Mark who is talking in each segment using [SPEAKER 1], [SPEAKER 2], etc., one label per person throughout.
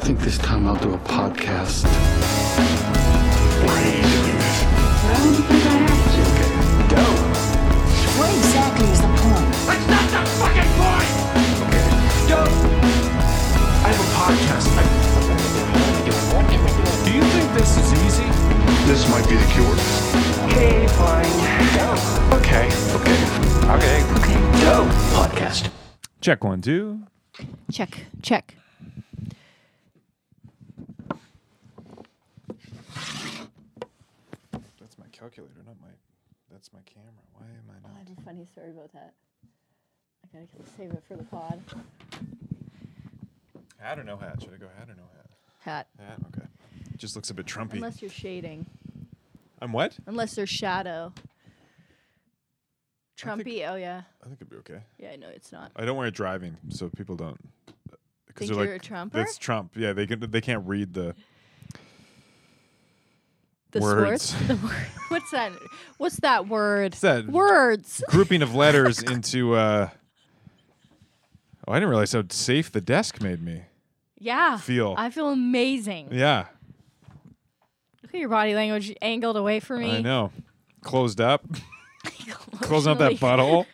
[SPEAKER 1] think this time I'll do a podcast.
[SPEAKER 2] What exactly is the point?
[SPEAKER 3] That's not the fucking point! Okay. Don't. I have a podcast. Do you think this is easy?
[SPEAKER 4] This might be the cure.
[SPEAKER 3] Okay, fine. Okay. Okay. Okay.
[SPEAKER 2] Okay.
[SPEAKER 3] Dope. Podcast.
[SPEAKER 5] Check one, two.
[SPEAKER 6] Check, check.
[SPEAKER 5] That's my calculator, not my. That's my camera. Why am I
[SPEAKER 7] I have a funny story about that. I gotta save it for the pod.
[SPEAKER 5] Hat or no hat? Should I go hat or no hat?
[SPEAKER 7] Hat.
[SPEAKER 5] Hat. Okay. Just looks a bit Trumpy.
[SPEAKER 7] Unless you're shading.
[SPEAKER 5] I'm what?
[SPEAKER 7] Unless there's shadow.
[SPEAKER 5] think- Uh,
[SPEAKER 7] Trumpy. oh yeah.
[SPEAKER 5] I think it'd be okay.
[SPEAKER 7] Yeah, I know it's not.
[SPEAKER 5] I don't wear it driving, so people don't. Uh, Because
[SPEAKER 7] Think you're a Trumper?
[SPEAKER 5] That's Trump. Yeah, they can. They can't read the.
[SPEAKER 7] The
[SPEAKER 5] Words.
[SPEAKER 7] Swartz- The word. What's that? What's that word?
[SPEAKER 5] What's that?
[SPEAKER 7] Words.
[SPEAKER 5] grouping of letters into uh oh i didn't realize how safe the desk made me
[SPEAKER 7] Yeah.
[SPEAKER 5] Feel.
[SPEAKER 7] I feel amazing.
[SPEAKER 5] yeah
[SPEAKER 7] Look at your body language angled away from me.
[SPEAKER 5] i know closed up closing up that
[SPEAKER 7] Emotionally.
[SPEAKER 5] butthole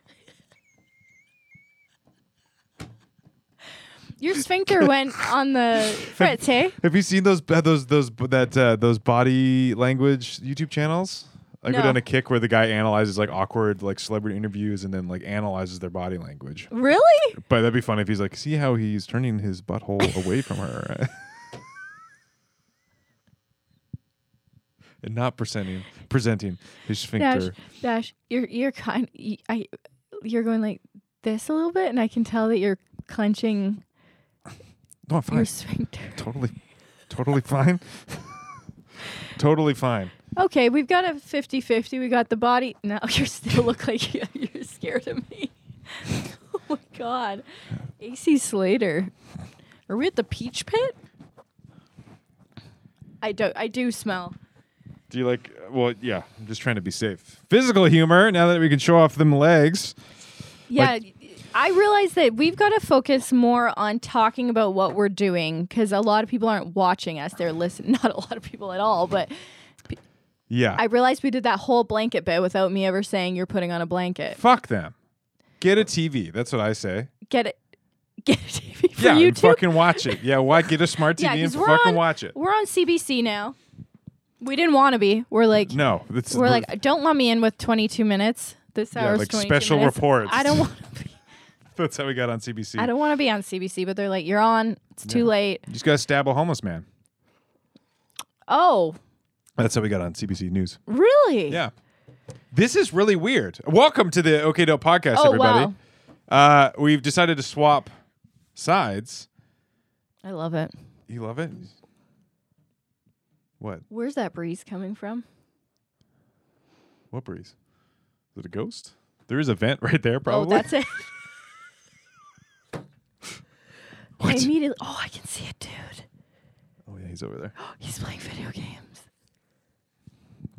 [SPEAKER 7] Your sphincter went on the fritz, hey?
[SPEAKER 5] have you seen those uh, those those that uh, those body language youtube channels I go
[SPEAKER 7] No.
[SPEAKER 5] down a kick where the guy analyzes like awkward like celebrity interviews and then like analyzes their body language.
[SPEAKER 7] Really?
[SPEAKER 5] But that'd be fun if he's like, see how he's turning his butthole away from her, and not presenting presenting his
[SPEAKER 7] Dash,
[SPEAKER 5] sphincter.
[SPEAKER 7] Dash, you're you're kind. y- I, you're going like this a little bit, and I can tell that you're clenching
[SPEAKER 5] No, I'm fine.
[SPEAKER 7] your sphincter.
[SPEAKER 5] totally, totally fine. totally fine.
[SPEAKER 7] Okay, we've got a 50-50. We got the body. Now you still look like you- you're scared of me. oh my god, AC Slater. Are we at the Peach Pit? I do. I do smell.
[SPEAKER 5] Do you like? Well, yeah. I'm just trying to be safe. Physical humor. Now that we can show off them legs.
[SPEAKER 7] Yeah,
[SPEAKER 5] Like-
[SPEAKER 7] I realize that we've got to focus more on talking about what we're doing because a lot of people aren't watching us; they're listening. Not a lot of people at all, but
[SPEAKER 5] Yeah.
[SPEAKER 7] I realized we did that whole blanket bit without me ever saying you're putting on a blanket.
[SPEAKER 5] Fuck them. Get a TV. That's what I say.
[SPEAKER 7] Get it, get a TV for
[SPEAKER 5] yeah,
[SPEAKER 7] you
[SPEAKER 5] and
[SPEAKER 7] too.
[SPEAKER 5] fucking watch it. Yeah, why get a smart TV
[SPEAKER 7] yeah,
[SPEAKER 5] and
[SPEAKER 7] because we're
[SPEAKER 5] fucking
[SPEAKER 7] on
[SPEAKER 5] watch it?
[SPEAKER 7] we're on CBC now. We didn't want to be. We're like
[SPEAKER 5] No, it's
[SPEAKER 7] we're like don't let me in with 22 minutes. This
[SPEAKER 5] Yeah,
[SPEAKER 7] hour
[SPEAKER 5] like
[SPEAKER 7] 22
[SPEAKER 5] special
[SPEAKER 7] minutes.
[SPEAKER 5] reports.
[SPEAKER 7] I don't want to be.
[SPEAKER 5] that's how we got on CBC.
[SPEAKER 7] I don't want to be on CBC, but they're like you're on. It's too late.
[SPEAKER 5] You just gotta stab a homeless man.
[SPEAKER 7] Oh,
[SPEAKER 5] That's how we got on CBC News.
[SPEAKER 7] really?
[SPEAKER 5] Yeah, this is really weird. Welcome to the OK Dope podcast,
[SPEAKER 7] Oh,
[SPEAKER 5] everybody. Uh, we've decided to swap sides.
[SPEAKER 7] I love it.
[SPEAKER 5] You love it? What?
[SPEAKER 7] Where's that breeze coming from? Oh,
[SPEAKER 5] What breeze? Is it a ghost? There is a vent right there, probably.
[SPEAKER 7] Oh, that's it. I
[SPEAKER 5] What?
[SPEAKER 7] immediately. Oh, I can see it, dude.
[SPEAKER 5] oh yeah, he's over there,
[SPEAKER 7] He's playing video games.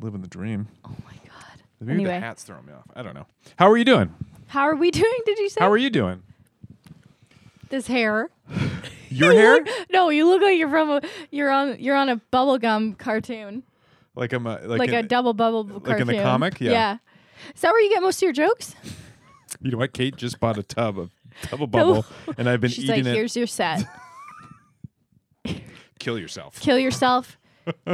[SPEAKER 5] living the dream.
[SPEAKER 7] Oh my god.
[SPEAKER 5] Maybe the
[SPEAKER 7] Anyway.
[SPEAKER 5] hat's throwing me off. I don't know. How are you doing?
[SPEAKER 7] How are we doing? Did you say
[SPEAKER 5] How are you doing?
[SPEAKER 7] this hair?
[SPEAKER 5] Your hair?
[SPEAKER 7] No, you look like you're from a you're on you're on a bubblegum cartoon.
[SPEAKER 5] Like I'm a like,
[SPEAKER 7] Like,
[SPEAKER 5] an-
[SPEAKER 7] a double bubble b-
[SPEAKER 5] like in
[SPEAKER 7] cartoon.
[SPEAKER 5] the comic? Yeah.
[SPEAKER 7] Yeah. Is that where you get most of your jokes?
[SPEAKER 5] You know what? Kate just bought a tub of double bubble, and I've been
[SPEAKER 7] She's
[SPEAKER 5] eating
[SPEAKER 7] like,
[SPEAKER 5] it.
[SPEAKER 7] here's your set.
[SPEAKER 5] Kill yourself.
[SPEAKER 7] Kill yourself.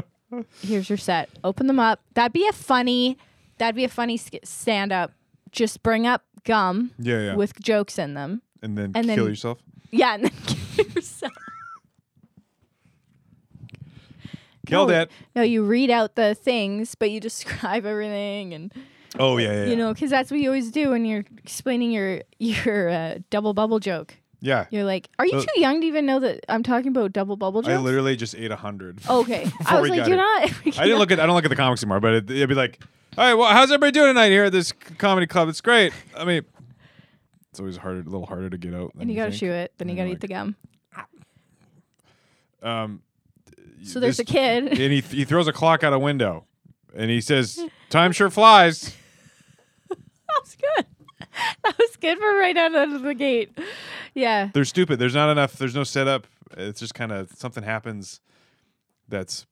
[SPEAKER 7] here's your set. Open them up. That'd be a funny that'd be a funny stand up. Just bring up gum
[SPEAKER 5] Yeah, yeah.
[SPEAKER 7] with jokes in them.
[SPEAKER 5] and then
[SPEAKER 7] and
[SPEAKER 5] kill
[SPEAKER 7] then-
[SPEAKER 5] yourself.
[SPEAKER 7] Yeah, and then kill yourself.
[SPEAKER 5] Killed
[SPEAKER 7] No,
[SPEAKER 5] it.
[SPEAKER 7] No, you read out the things, but you describe everything, and
[SPEAKER 5] Oh yeah, yeah.
[SPEAKER 7] you know, because that's what you always do when you're explaining your your uh, double bubble joke.
[SPEAKER 5] yeah.
[SPEAKER 7] You're like, "Are you
[SPEAKER 5] Uh,
[SPEAKER 7] too young to even know that I'm talking about double bubble
[SPEAKER 5] I
[SPEAKER 7] jokes?"
[SPEAKER 5] literally just ate a hundred.
[SPEAKER 7] okay, I
[SPEAKER 5] Before
[SPEAKER 7] was
[SPEAKER 5] we got
[SPEAKER 7] like, "You're
[SPEAKER 5] it.
[SPEAKER 7] not."
[SPEAKER 5] I didn't look at. I don't look at the comics anymore, but it, it'd be like, all right, well, how's everybody doing tonight here at this c- comedy club? It's great. I mean, it's always harder, a little harder to get out. than
[SPEAKER 7] And you gotta
[SPEAKER 5] think.
[SPEAKER 7] chew it, then you
[SPEAKER 5] And you're
[SPEAKER 7] gotta eat the gum.
[SPEAKER 5] Um,
[SPEAKER 7] So there's a
[SPEAKER 5] this-
[SPEAKER 7] kid.
[SPEAKER 5] and he, th- he throws a clock out a window, and he says, "Time sure flies."
[SPEAKER 7] that was good. That was good for right out of the gate. Yeah.
[SPEAKER 5] They're stupid. There's not enough. There's no setup. It's just kind of something happens that's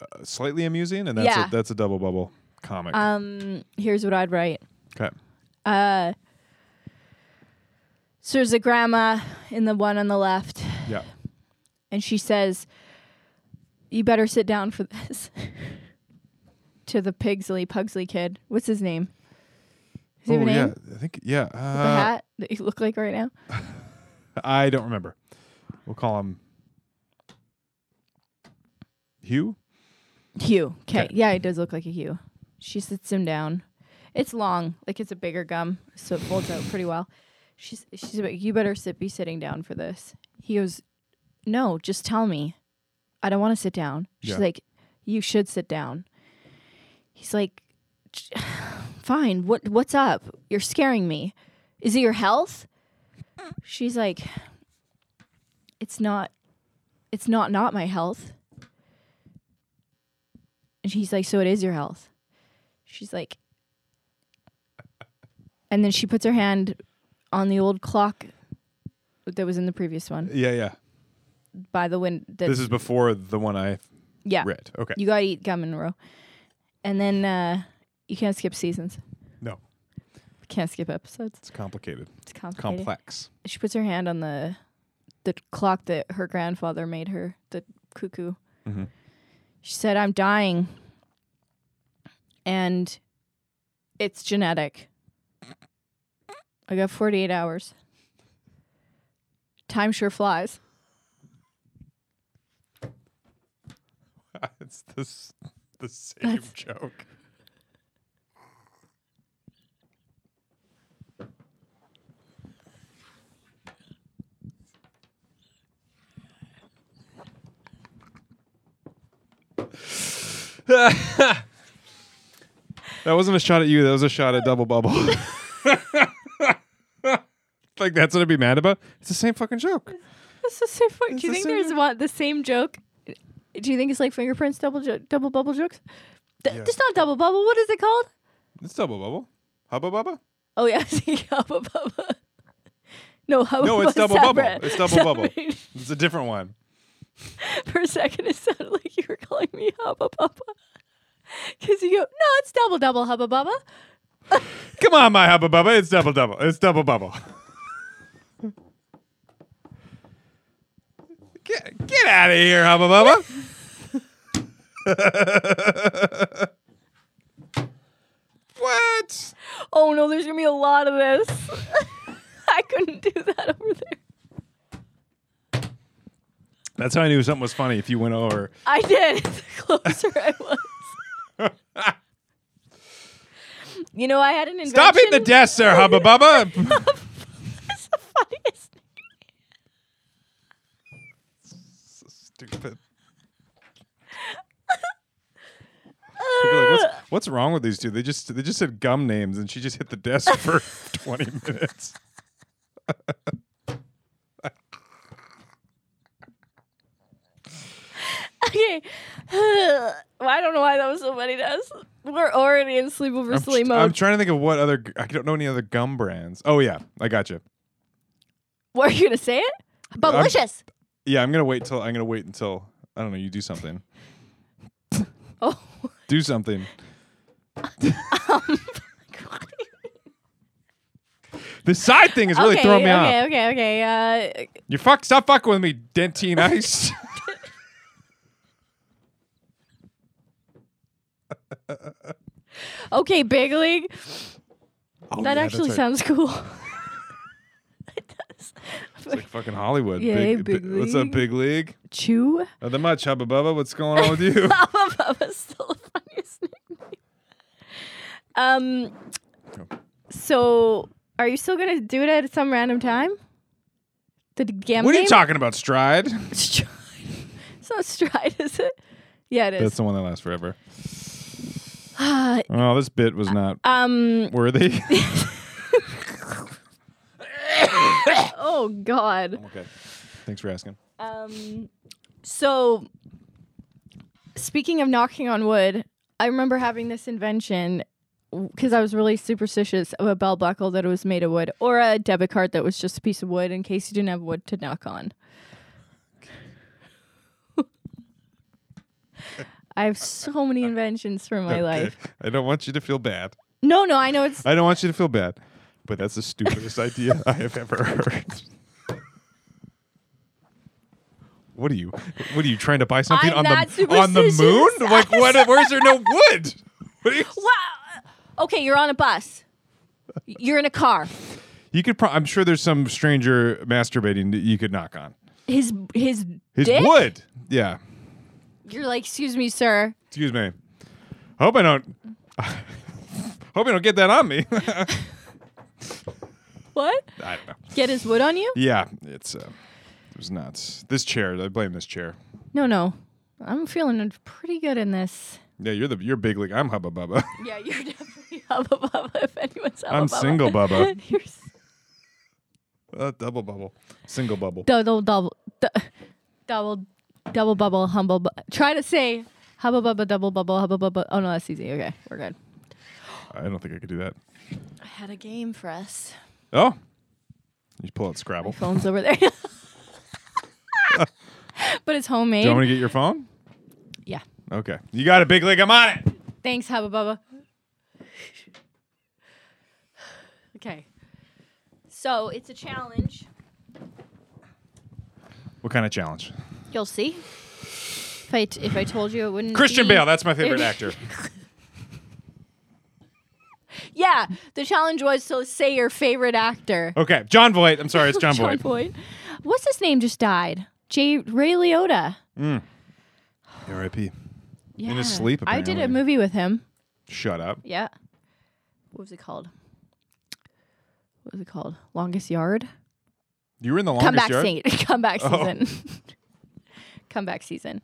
[SPEAKER 5] uh, slightly amusing, and that's
[SPEAKER 7] Yeah.
[SPEAKER 5] a, that's a double bubble comic.
[SPEAKER 7] Um, here's what I'd write.
[SPEAKER 5] okay.
[SPEAKER 7] Uh, so there's a grandma in the one on the left,
[SPEAKER 5] Yeah.
[SPEAKER 7] and she says, "You better sit down for this." to the Pigsley Pugsley kid. What's his name? Does he have a name?
[SPEAKER 5] Oh, yeah, I think yeah.
[SPEAKER 7] The
[SPEAKER 5] Uh,
[SPEAKER 7] hat that you look like right now.
[SPEAKER 5] I don't remember. We'll call him Hugh.
[SPEAKER 7] Hugh. Okay.
[SPEAKER 5] 'Kay.
[SPEAKER 7] Yeah, it does look like a Hugh. She sits him down. It's long, like it's a bigger gum, so it folds out pretty well. She's she's like, you better sit be sitting down for this. He goes, no, just tell me. I don't want to sit down. She's
[SPEAKER 5] Yeah.
[SPEAKER 7] like, you should sit down. He's like, "Ch- fine. What what's up? You're scaring me. Is it your health? She's like, it's not. It's not not my health. And he's like, So it is your health. She's like, And then she puts her hand on the old clock that was in the previous one
[SPEAKER 5] Yeah, yeah.
[SPEAKER 7] by the wind. That,
[SPEAKER 5] This is before the one I
[SPEAKER 7] yeah.
[SPEAKER 5] read. Okay.
[SPEAKER 7] You got to eat gum in a row. And then uh, you can't skip seasons,
[SPEAKER 5] no,
[SPEAKER 7] can't skip episodes.
[SPEAKER 5] it's complicated,
[SPEAKER 7] It's complicated.
[SPEAKER 5] complex.
[SPEAKER 7] She puts her hand on the the clock that her grandfather made her, the cuckoo.
[SPEAKER 5] Mhm.
[SPEAKER 7] She said, "I'm dying, and it's genetic. I got 48 hours. Time sure flies."
[SPEAKER 5] it's this the same
[SPEAKER 7] That's-
[SPEAKER 5] joke. that wasn't a shot at you. That was a shot at Double Bubble. like that's what I'd be mad about. It's the same fucking joke.
[SPEAKER 7] That's the same. Fuck. Do you
[SPEAKER 5] the
[SPEAKER 7] think
[SPEAKER 5] same
[SPEAKER 7] there's
[SPEAKER 5] joke.
[SPEAKER 7] one the same joke? Do you think it's like fingerprints double jo- double bubble jokes? Th- It's not double bubble. What is it called?
[SPEAKER 5] It's Double Bubble. Hubba Bubba.
[SPEAKER 7] Oh yeah, I was thinking Hubba Bubba. No, Hubba
[SPEAKER 5] No, it's
[SPEAKER 7] Bubba's
[SPEAKER 5] double
[SPEAKER 7] separate.
[SPEAKER 5] bubble. It's double bubble.
[SPEAKER 7] Sorry.
[SPEAKER 5] It's a different one.
[SPEAKER 7] For a second, it sounded like you were calling me Hubba Bubba. Because you go, no, it's double double Hubba Bubba.
[SPEAKER 5] Come on, my hubba bubba. It's double double. It's double bubble. Get, get out of here, hubba bubba. what?
[SPEAKER 7] Oh no, there's gonna be a lot of this. I couldn't do that over there.
[SPEAKER 5] That's how I knew something was funny if you went over.
[SPEAKER 7] I did. The closer I was. you know, I had an invention.
[SPEAKER 5] Stop hitting the desk, sir, hubba bubba.
[SPEAKER 7] It's the funniest.
[SPEAKER 5] Stupid. People are like, what's, what's wrong with these two? They just they just said gum names, and she just hit the desk for twenty minutes.
[SPEAKER 7] Okay. well, I don't know why that was so funny to us. We're already in sleepover
[SPEAKER 5] I'm,
[SPEAKER 7] sleep
[SPEAKER 5] tr-
[SPEAKER 7] mode.
[SPEAKER 5] I'm trying to think of what other. g- I don't know any other gum brands. Oh yeah, I got you.
[SPEAKER 7] what are you gonna say it?
[SPEAKER 6] Bubblicious.
[SPEAKER 5] Yeah, I'm gonna wait till I'm gonna wait until I don't know. You do something.
[SPEAKER 7] Oh.
[SPEAKER 5] Do something. The side thing is really
[SPEAKER 7] okay,
[SPEAKER 5] throwing me
[SPEAKER 7] okay,
[SPEAKER 5] off.
[SPEAKER 7] Okay, okay, uh,
[SPEAKER 5] You fuck. Stop fucking with me, dentine ice.
[SPEAKER 7] uh, Okay, Big League.
[SPEAKER 5] Oh, yeah,
[SPEAKER 7] that
[SPEAKER 5] that's
[SPEAKER 7] actually
[SPEAKER 5] right.
[SPEAKER 7] sounds cool. it does.
[SPEAKER 5] It's like fucking Hollywood.
[SPEAKER 7] Yay,
[SPEAKER 5] big,
[SPEAKER 7] big
[SPEAKER 5] bi- What's up,
[SPEAKER 7] league.
[SPEAKER 5] big league?
[SPEAKER 7] Chew.
[SPEAKER 5] Nothing much, Hubba Bubba. What's going on with you?
[SPEAKER 7] Bubba Bubba's still the funniest nickname. Um,
[SPEAKER 5] Oh.
[SPEAKER 7] so are you still gonna do it at some random time? The gam
[SPEAKER 5] what are
[SPEAKER 7] game?
[SPEAKER 5] you talking about, Stride?
[SPEAKER 7] Stride. it's not stride, is it? Yeah, it
[SPEAKER 5] That's
[SPEAKER 7] is.
[SPEAKER 5] the one that lasts forever. Oh, this bit
[SPEAKER 7] Uh,
[SPEAKER 5] was not
[SPEAKER 7] um.
[SPEAKER 5] worthy.
[SPEAKER 7] Oh God.
[SPEAKER 5] okay. Thanks for asking.
[SPEAKER 7] Um, so, speaking of knocking on wood, I remember having this invention because I was really superstitious of a belt buckle that it was made of wood or a debit card that was just a piece of wood in case you didn't have wood to knock on. I have so many inventions for my life.
[SPEAKER 5] I don't want you to feel bad.
[SPEAKER 7] No, no, I know it's
[SPEAKER 5] I don't want you to feel bad, but that's the stupidest idea I have ever heard. What are you? What are you trying to buy something
[SPEAKER 7] I'm
[SPEAKER 5] on
[SPEAKER 7] not
[SPEAKER 5] the on the
[SPEAKER 7] superstitious.
[SPEAKER 5] moon? Like what? Where's there no wood? What are you,
[SPEAKER 7] Wow. Okay, you're on a bus. You're in a car.
[SPEAKER 5] you could. Pro- I'm sure there's some stranger masturbating that you could knock on.
[SPEAKER 7] His his,
[SPEAKER 5] His
[SPEAKER 7] dick.
[SPEAKER 5] wood. Yeah.
[SPEAKER 7] You're like, excuse me, sir.
[SPEAKER 5] Excuse me. Hope I don't. hope I don't get that on me.
[SPEAKER 7] What?
[SPEAKER 5] I don't know.
[SPEAKER 7] Get his wood on you?
[SPEAKER 5] Yeah, it's. Uh, it was nuts. This chair. I blame this chair.
[SPEAKER 7] No, no. I'm feeling pretty good in this.
[SPEAKER 5] Yeah, you're the you're big league. I'm Hubba Bubba.
[SPEAKER 7] Yeah, you're definitely Hubba Bubba if anyone's Hubba
[SPEAKER 5] I'm
[SPEAKER 7] Bubba.
[SPEAKER 5] single Bubba.
[SPEAKER 7] you're s-
[SPEAKER 5] Uh, double bubble, single bubble.
[SPEAKER 7] double, double, du- double, double bubble, humble. Bu- Try to say Hubba Bubba, double bubble, Hubba Bubba. Oh, no, that's easy. Okay, we're good.
[SPEAKER 5] I don't think I could do that.
[SPEAKER 7] I had a game for us.
[SPEAKER 5] Oh, you pull out
[SPEAKER 7] My
[SPEAKER 5] Scrabble. Do
[SPEAKER 7] phone's over there. but it's homemade.
[SPEAKER 5] you want me to get your phone?
[SPEAKER 7] yeah.
[SPEAKER 5] Okay, you got it, big league. I'm on it.
[SPEAKER 7] Thanks, Hubba Bubba. okay. So it's a challenge.
[SPEAKER 5] What kind of challenge?
[SPEAKER 7] You'll see. If I, t- if I told you, it wouldn't.
[SPEAKER 5] Christian
[SPEAKER 7] be-
[SPEAKER 5] Bale. That's my favorite actor.
[SPEAKER 7] Yeah, the challenge was to say your favorite actor.
[SPEAKER 5] Okay, John Voight. I'm Oh, sorry, it's John, Voight.
[SPEAKER 7] What's his name just died? J. Ray Liotta.
[SPEAKER 5] R.I.P.
[SPEAKER 7] Yeah.
[SPEAKER 5] his sleep,
[SPEAKER 7] I did a
[SPEAKER 5] apparently.
[SPEAKER 7] movie with him.
[SPEAKER 5] Shut up.
[SPEAKER 7] Yeah. What was it called? What was it called? Longest Yard.
[SPEAKER 5] You were in the longest
[SPEAKER 7] Comeback
[SPEAKER 5] yard.
[SPEAKER 7] scene. Comeback
[SPEAKER 5] Oh.
[SPEAKER 7] season. Comeback season.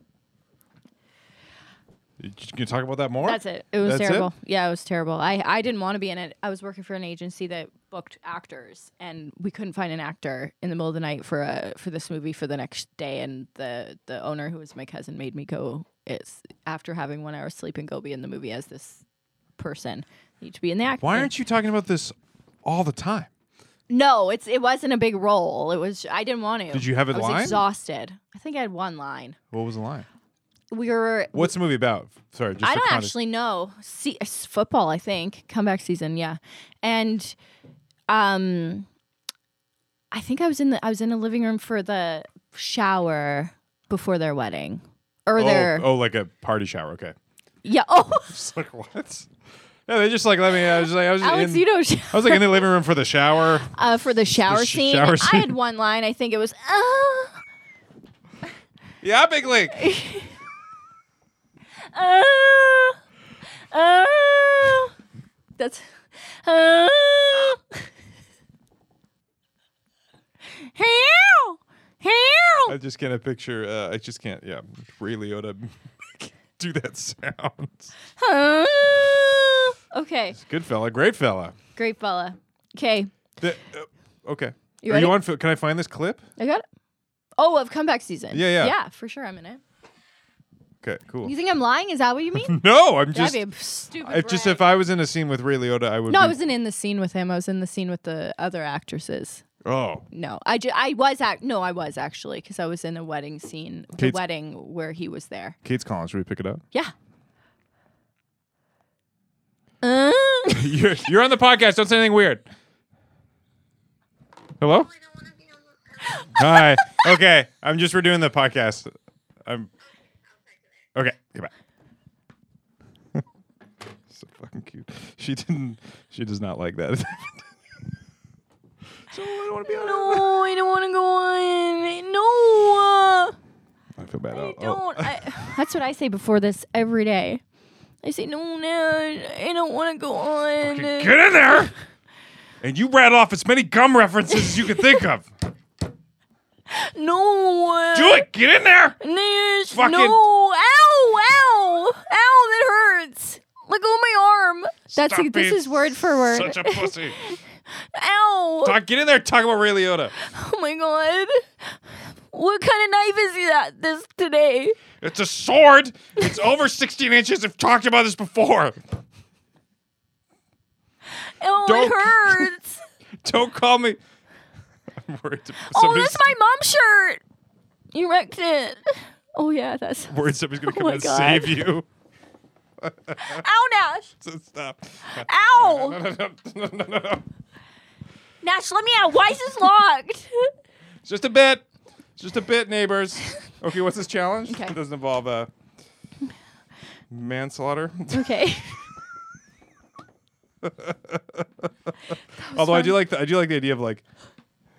[SPEAKER 5] You gonna talk about that more?
[SPEAKER 7] That's it. It was
[SPEAKER 5] That's it?
[SPEAKER 7] terrible. Yeah, it was terrible. I, I didn't want to be in it. I was working for an agency that booked actors and we couldn't find an actor in the middle of the night for a for this movie for the next day and the the owner who was my cousin made me go it's after having one hour sleep and go be in the movie as this person. You need to be in the act.
[SPEAKER 5] Why aren't you talking about this all the time?
[SPEAKER 7] No, it's it wasn't a big role. It was I didn't want to.
[SPEAKER 5] Did you have a
[SPEAKER 7] I was
[SPEAKER 5] line?
[SPEAKER 7] exhausted. I think I had one line.
[SPEAKER 5] What was the line?
[SPEAKER 7] We were
[SPEAKER 5] What's the movie about? Sorry, just
[SPEAKER 7] I
[SPEAKER 5] for
[SPEAKER 7] don't
[SPEAKER 5] context.
[SPEAKER 7] actually know. See, it's football, I think comeback season, yeah. And um, I think I was in the I was in a living room for the shower before their wedding or their
[SPEAKER 5] Oh, oh, like a party shower. Okay.
[SPEAKER 7] yeah. Oh,
[SPEAKER 5] It's like what? No, they just like let me. I was like, I was
[SPEAKER 7] Alex,
[SPEAKER 5] in,
[SPEAKER 7] you know,
[SPEAKER 5] I was like in the living room for the shower.
[SPEAKER 7] uh, for the shower,
[SPEAKER 5] sh-
[SPEAKER 7] scene,
[SPEAKER 5] shower
[SPEAKER 7] I
[SPEAKER 5] scene.
[SPEAKER 7] had one line. I think it was ah.
[SPEAKER 5] Yeah, big league.
[SPEAKER 7] Uh, uh, that's. Uh, help!
[SPEAKER 5] I
[SPEAKER 7] Help!
[SPEAKER 5] just can't picture. Uh, I just can't. Yeah, Ray Liotta do that sound.
[SPEAKER 7] Uh, okay,
[SPEAKER 5] Good fella, great fella.
[SPEAKER 7] great fella. Okay,
[SPEAKER 5] The- uh, okay,
[SPEAKER 7] You
[SPEAKER 5] are
[SPEAKER 7] ready?
[SPEAKER 5] you on? fi- Can I find this clip?
[SPEAKER 7] I got it. Oh, of comeback season.
[SPEAKER 5] Yeah, yeah.
[SPEAKER 7] Yeah, for sure. I'm in it.
[SPEAKER 5] Okay, cool.
[SPEAKER 7] You think I'm lying? Is that what you mean?
[SPEAKER 5] No, I'm just.
[SPEAKER 7] That'd be a stupid.
[SPEAKER 5] If just
[SPEAKER 7] brag.
[SPEAKER 5] if I was in a scene with Ray Liotta, I would.
[SPEAKER 7] No,
[SPEAKER 5] be,
[SPEAKER 7] I wasn't in the scene with him. I was in the scene with the other actresses.
[SPEAKER 5] Oh,
[SPEAKER 7] No, I, ju- I was act. No, I was actually because I was in a wedding scene, the
[SPEAKER 5] Kate's-
[SPEAKER 7] wedding where he was there.
[SPEAKER 5] Kate's calling. Should we pick it up?
[SPEAKER 7] Yeah. Uh,
[SPEAKER 5] you're, you're on the podcast. Don't say anything weird. Hello. Hi. Okay. I'm just we're doing the podcast. I'm. Okay. Come back. so fucking cute. She didn't. She does not like that. so I don't want to be on. it.
[SPEAKER 7] no, I don't want to go on. No. uh,
[SPEAKER 5] I feel bad. Oh,
[SPEAKER 7] I don't. I, that's what I say before this every day. I say, no, no, I don't want to go on. uh,
[SPEAKER 5] Get in there. And you rattle off as many gum references as you can think of.
[SPEAKER 7] No.
[SPEAKER 5] Do it. Get in there.
[SPEAKER 7] Nish,
[SPEAKER 5] Fucking-
[SPEAKER 7] no. Ow, ow. Ow, that hurts. Look on my arm. That's
[SPEAKER 5] Stop
[SPEAKER 7] this
[SPEAKER 5] being
[SPEAKER 7] is word for word.
[SPEAKER 5] Such a pussy.
[SPEAKER 7] Ow.
[SPEAKER 5] Talk, get in there. Talk about Ray Liotta.
[SPEAKER 7] Oh my god. What kind of knife is that this today?
[SPEAKER 5] It's a sword. It's over 16 inches. I've talked about this before.
[SPEAKER 7] Oh,
[SPEAKER 5] Don't-
[SPEAKER 7] it hurts.
[SPEAKER 5] Don't call me. I'm worried. to-
[SPEAKER 7] oh,
[SPEAKER 5] somebody's-
[SPEAKER 7] that's my mom's shirt. You wrecked it. Oh yeah, that's.
[SPEAKER 5] Worried somebody's gonna
[SPEAKER 7] Oh
[SPEAKER 5] come
[SPEAKER 7] my
[SPEAKER 5] and
[SPEAKER 7] God.
[SPEAKER 5] save you.
[SPEAKER 7] Ow, Nash.
[SPEAKER 5] So stop. uh,
[SPEAKER 7] Ow, Nash. Let me out. Why is this locked?
[SPEAKER 5] It's just a bit. It's just a bit, neighbors. Okay, what's this challenge?
[SPEAKER 7] Okay.
[SPEAKER 5] It doesn't involve uh, manslaughter.
[SPEAKER 7] okay.
[SPEAKER 5] Although I do like the, I do like the idea of like,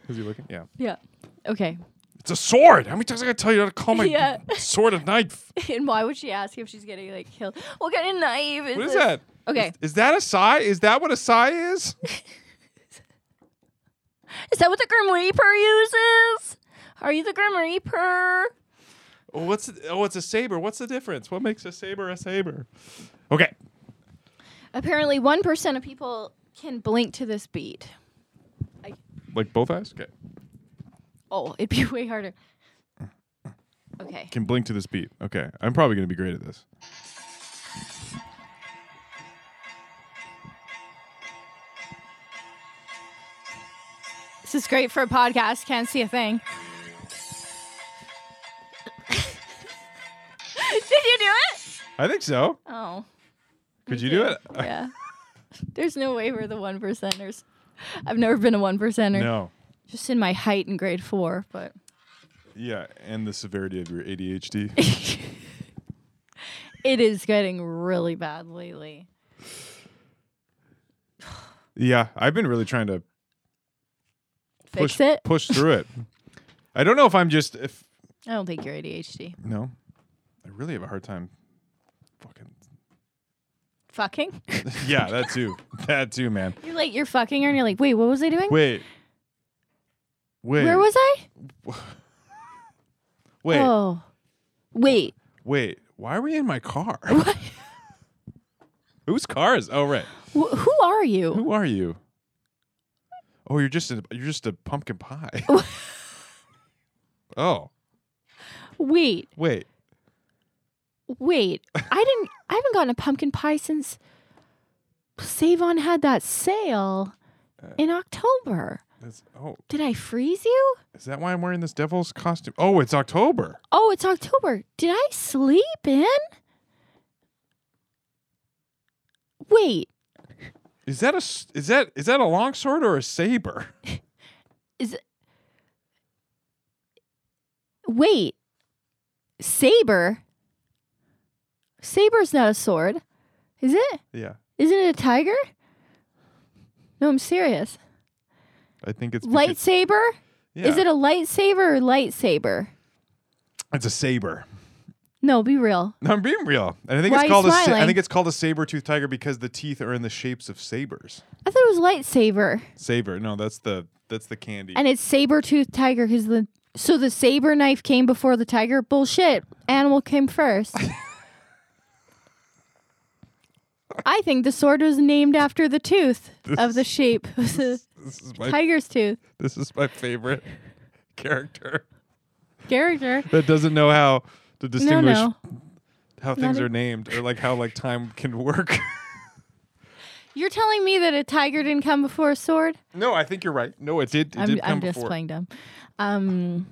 [SPEAKER 5] is he looking? Yeah.
[SPEAKER 7] Yeah. Okay.
[SPEAKER 5] It's a sword. How many times I gotta tell you how to call my
[SPEAKER 7] Yeah.
[SPEAKER 5] sword a knife?
[SPEAKER 7] And why would she ask if she's getting like killed? What kind of knife is
[SPEAKER 5] What is
[SPEAKER 7] this?
[SPEAKER 5] that?
[SPEAKER 7] Okay.
[SPEAKER 5] Is that a sigh? Is that what a sigh is?
[SPEAKER 7] Is that what the Grim Reaper uses? Are you the Grim Reaper?
[SPEAKER 5] Oh, what's oh, it's a saber. What's the difference? What makes a saber a saber? Okay.
[SPEAKER 7] Apparently, 1% of people can blink to this beat.
[SPEAKER 5] Like both eyes? Okay.
[SPEAKER 7] Oh, it'd be way harder. Okay.
[SPEAKER 5] Can blink to this beat. Okay. I'm probably gonna be great at this.
[SPEAKER 7] This is great for a podcast. Can't see a thing. Did you do it?
[SPEAKER 5] I think so.
[SPEAKER 7] Oh,
[SPEAKER 5] Could you do it?
[SPEAKER 7] yeah. There's no way we're the one percenters. I've never been a one percenter.
[SPEAKER 5] No.
[SPEAKER 7] Just in my height in grade four, but
[SPEAKER 5] Yeah, and the severity of your ADHD.
[SPEAKER 7] it is getting really bad lately.
[SPEAKER 5] yeah, I've been really trying to
[SPEAKER 7] Fix
[SPEAKER 5] push
[SPEAKER 7] it?
[SPEAKER 5] push through it. I don't know if I'm just if
[SPEAKER 7] I don't think you're ADHD.
[SPEAKER 5] no. I really have a hard time fucking
[SPEAKER 7] Fucking?
[SPEAKER 5] Yeah, that too. that too, man.
[SPEAKER 7] You're like, you're fucking her, and you're like, wait, what was I doing?
[SPEAKER 5] Wait. Wait.
[SPEAKER 7] Where was I?
[SPEAKER 5] Wait.
[SPEAKER 7] Oh. Wait.
[SPEAKER 5] Wait. Why were you in my car? Whose car is? Oh, right.
[SPEAKER 7] Wh- who are you?
[SPEAKER 5] Who are you? Oh, you're just a you're just a pumpkin pie. oh,
[SPEAKER 7] Wait.
[SPEAKER 5] wait.
[SPEAKER 7] Wait. I didn't, I haven't gotten a pumpkin pie since Save On had that sale
[SPEAKER 5] Uh.
[SPEAKER 7] in October.
[SPEAKER 5] That's, oh,
[SPEAKER 7] Did I freeze you?
[SPEAKER 5] is that why I'm wearing this devil's costume? Oh, it's October.
[SPEAKER 7] Oh, it's October. Did I sleep in? Wait.
[SPEAKER 5] Is that a s- is that is that a longsword or a saber?
[SPEAKER 7] Wait. Saber? Saber's not a sword. Is it?
[SPEAKER 5] Yeah,
[SPEAKER 7] Isn't it a tiger? No, I'm serious.
[SPEAKER 5] I think it's because-
[SPEAKER 7] Lightsaber?
[SPEAKER 5] Yeah.
[SPEAKER 7] Is it a lightsaber or lightsaber?
[SPEAKER 5] it's a saber.
[SPEAKER 7] No, be real.
[SPEAKER 5] No, I'm being real. And I think
[SPEAKER 7] Why are
[SPEAKER 5] it's
[SPEAKER 7] you
[SPEAKER 5] called a sa- I
[SPEAKER 7] smiling?
[SPEAKER 5] think it's called a saber tooth tiger because the teeth are in the shapes of sabers.
[SPEAKER 7] I thought it was lightsaber.
[SPEAKER 5] Saber. No, that's the that's the candy.
[SPEAKER 7] And it's saber toothed tiger because the so the saber knife came before the tiger? Bullshit. Animal came first. I think the sword was named after the tooth of the shape of the
[SPEAKER 5] this is my
[SPEAKER 7] tiger's tooth
[SPEAKER 5] this is my favorite character
[SPEAKER 7] character.
[SPEAKER 5] that doesn't know how to
[SPEAKER 7] No,
[SPEAKER 5] distinguish
[SPEAKER 7] no. e-
[SPEAKER 5] how things
[SPEAKER 7] a-
[SPEAKER 5] are named or like how like time can work.
[SPEAKER 7] You're telling me that a tiger didn't come before a sword?
[SPEAKER 5] no, I think you're right. No, it did. It
[SPEAKER 7] I'm,
[SPEAKER 5] did come
[SPEAKER 7] I'm just
[SPEAKER 5] before.
[SPEAKER 7] playing dumb. Um,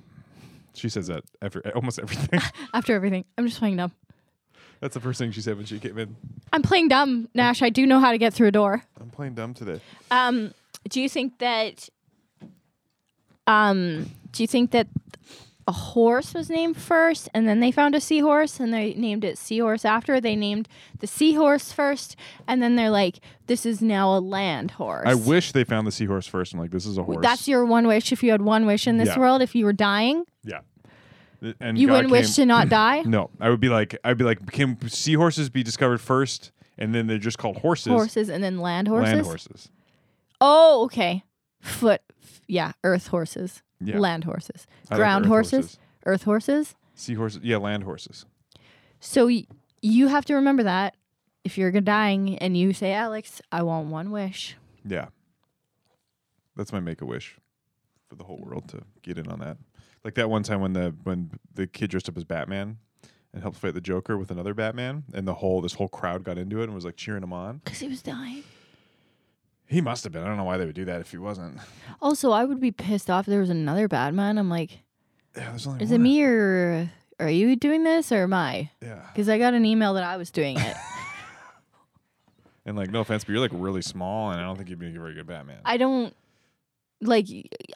[SPEAKER 5] She says that after almost everything.
[SPEAKER 7] after everything, I'm just playing dumb.
[SPEAKER 5] That's the first thing she said when she came in.
[SPEAKER 7] I'm playing dumb, Nash. I do know how to get through a door.
[SPEAKER 5] I'm playing dumb today.
[SPEAKER 7] Um, do you think that? Um, do you think that a horse was named first, and then they found a seahorse, and they named it seahorse after? They named the seahorse first, and then they're like, "This is now a land horse."
[SPEAKER 5] I wish they found the seahorse first and like this is a horse.
[SPEAKER 7] That's your one wish. If you had one wish in this
[SPEAKER 5] Yeah.
[SPEAKER 7] world, if you were dying,
[SPEAKER 5] yeah. Th- And
[SPEAKER 7] you
[SPEAKER 5] God
[SPEAKER 7] wouldn't wish to
[SPEAKER 5] came-
[SPEAKER 7] not die.
[SPEAKER 5] No, I would be like I'd be like can seahorses be discovered first and then they're just called horses?
[SPEAKER 7] Horses and then land horses.
[SPEAKER 5] Land horses.
[SPEAKER 7] Oh, okay. Foot, f- yeah, earth horses,
[SPEAKER 5] Yeah.
[SPEAKER 7] land horses,
[SPEAKER 5] I like
[SPEAKER 7] ground
[SPEAKER 5] earth
[SPEAKER 7] horses,
[SPEAKER 5] horses.
[SPEAKER 7] earth horses.
[SPEAKER 5] Seahorses, yeah, land horses.
[SPEAKER 7] So y- you have to remember that if you're g- dying and you say, Alex, I want one wish.
[SPEAKER 5] Yeah. That's my make a wish for the whole world to get in on that. Like that one time when the when the kid dressed up as Batman and helped fight the Joker with another Batman and the whole this whole crowd got into it and was like cheering him on.
[SPEAKER 7] Because he was dying.
[SPEAKER 5] He must have been. I don't know why they would do that if he wasn't.
[SPEAKER 7] Also, I would be pissed off if there was another Batman. I'm like,
[SPEAKER 5] Yeah, there's only
[SPEAKER 7] is
[SPEAKER 5] one.
[SPEAKER 7] it me or are you doing this or am I?
[SPEAKER 5] Yeah.
[SPEAKER 7] Because I got an email that I was doing it.
[SPEAKER 5] And like, no offense, but you're like really small, and I don't think you'd be a very good Batman.
[SPEAKER 7] I don't like.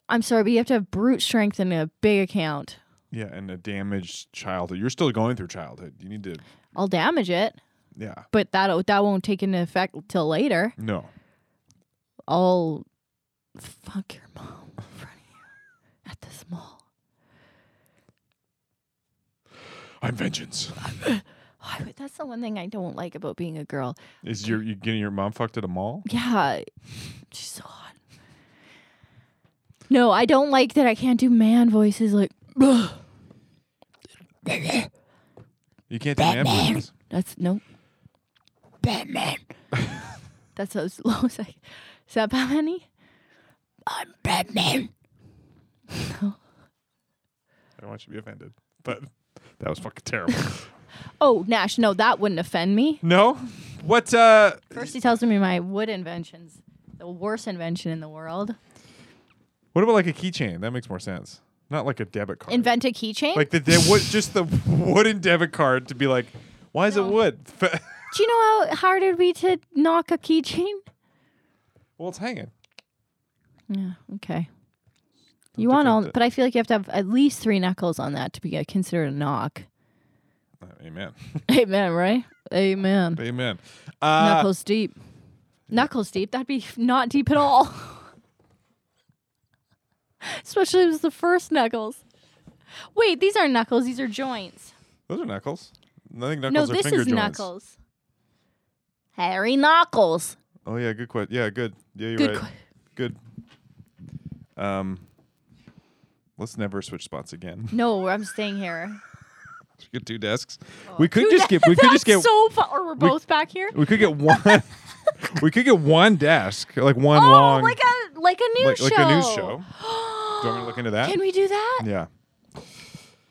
[SPEAKER 7] I'm sorry, but you have to have brute strength in a big account.
[SPEAKER 5] yeah, and a damaged childhood. You're still going through childhood. You need to.
[SPEAKER 7] I'll damage it,
[SPEAKER 5] Yeah.
[SPEAKER 7] but that that won't take into effect till later.
[SPEAKER 5] No.
[SPEAKER 7] I'll fuck your mom in front of you at this mall.
[SPEAKER 5] I'm vengeance.
[SPEAKER 7] I would- that's the one thing I don't like about being a girl.
[SPEAKER 5] Is your you getting your mom fucked at a mall?
[SPEAKER 7] Yeah, she's so hot. No, I don't like that I can't do man voices. Like
[SPEAKER 5] You can't do man voices.
[SPEAKER 7] that's no Batman. that's as low as I. Is that Batman? I'm Batman.
[SPEAKER 5] I don't want you to be offended, but that was fucking terrible.
[SPEAKER 7] Oh, Nash, no, that wouldn't offend me.
[SPEAKER 5] no. What? uh
[SPEAKER 7] First, he tells me my wood invention's the worst invention in the world.
[SPEAKER 5] What about like a keychain? That makes more sense. Not like a debit card.
[SPEAKER 7] Invent a keychain?
[SPEAKER 5] like the de- wood, just the wooden debit card to be like, why is it wood?
[SPEAKER 7] Do you know how hard it would be to knock a keychain?
[SPEAKER 5] well, it's hanging.
[SPEAKER 7] Yeah, okay. You want
[SPEAKER 5] think
[SPEAKER 7] all,
[SPEAKER 5] that-
[SPEAKER 7] but I feel like you have to have at least three knuckles on that to be uh, considered a knock.
[SPEAKER 5] Uh, amen.
[SPEAKER 7] Amen, right? Amen.
[SPEAKER 5] amen. Uh,
[SPEAKER 7] knuckles deep. Knuckles deep? That'd be not deep at all. Especially if it was the first knuckles. Wait, these aren't knuckles, these are joints.
[SPEAKER 5] Those are knuckles. I think knuckles
[SPEAKER 7] No,
[SPEAKER 5] are
[SPEAKER 7] this
[SPEAKER 5] finger
[SPEAKER 7] is
[SPEAKER 5] joints.
[SPEAKER 7] Knuckles. Harry Knuckles.
[SPEAKER 5] Oh yeah, good question. Yeah, good. Yeah, you're
[SPEAKER 7] Good
[SPEAKER 5] right. good. Um, let's never switch spots again.
[SPEAKER 7] No, I'm staying here.
[SPEAKER 5] we get two desks.
[SPEAKER 7] Oh.
[SPEAKER 5] we could just get. We could
[SPEAKER 7] That's
[SPEAKER 5] just get.
[SPEAKER 7] so far. Or we're both back here.
[SPEAKER 5] we could get one. we could get one desk, like one
[SPEAKER 7] oh,
[SPEAKER 5] long,
[SPEAKER 7] like a like a news
[SPEAKER 5] like,
[SPEAKER 7] show.
[SPEAKER 5] like a news show. do you want me to look into that?
[SPEAKER 7] Can we do that?
[SPEAKER 5] yeah.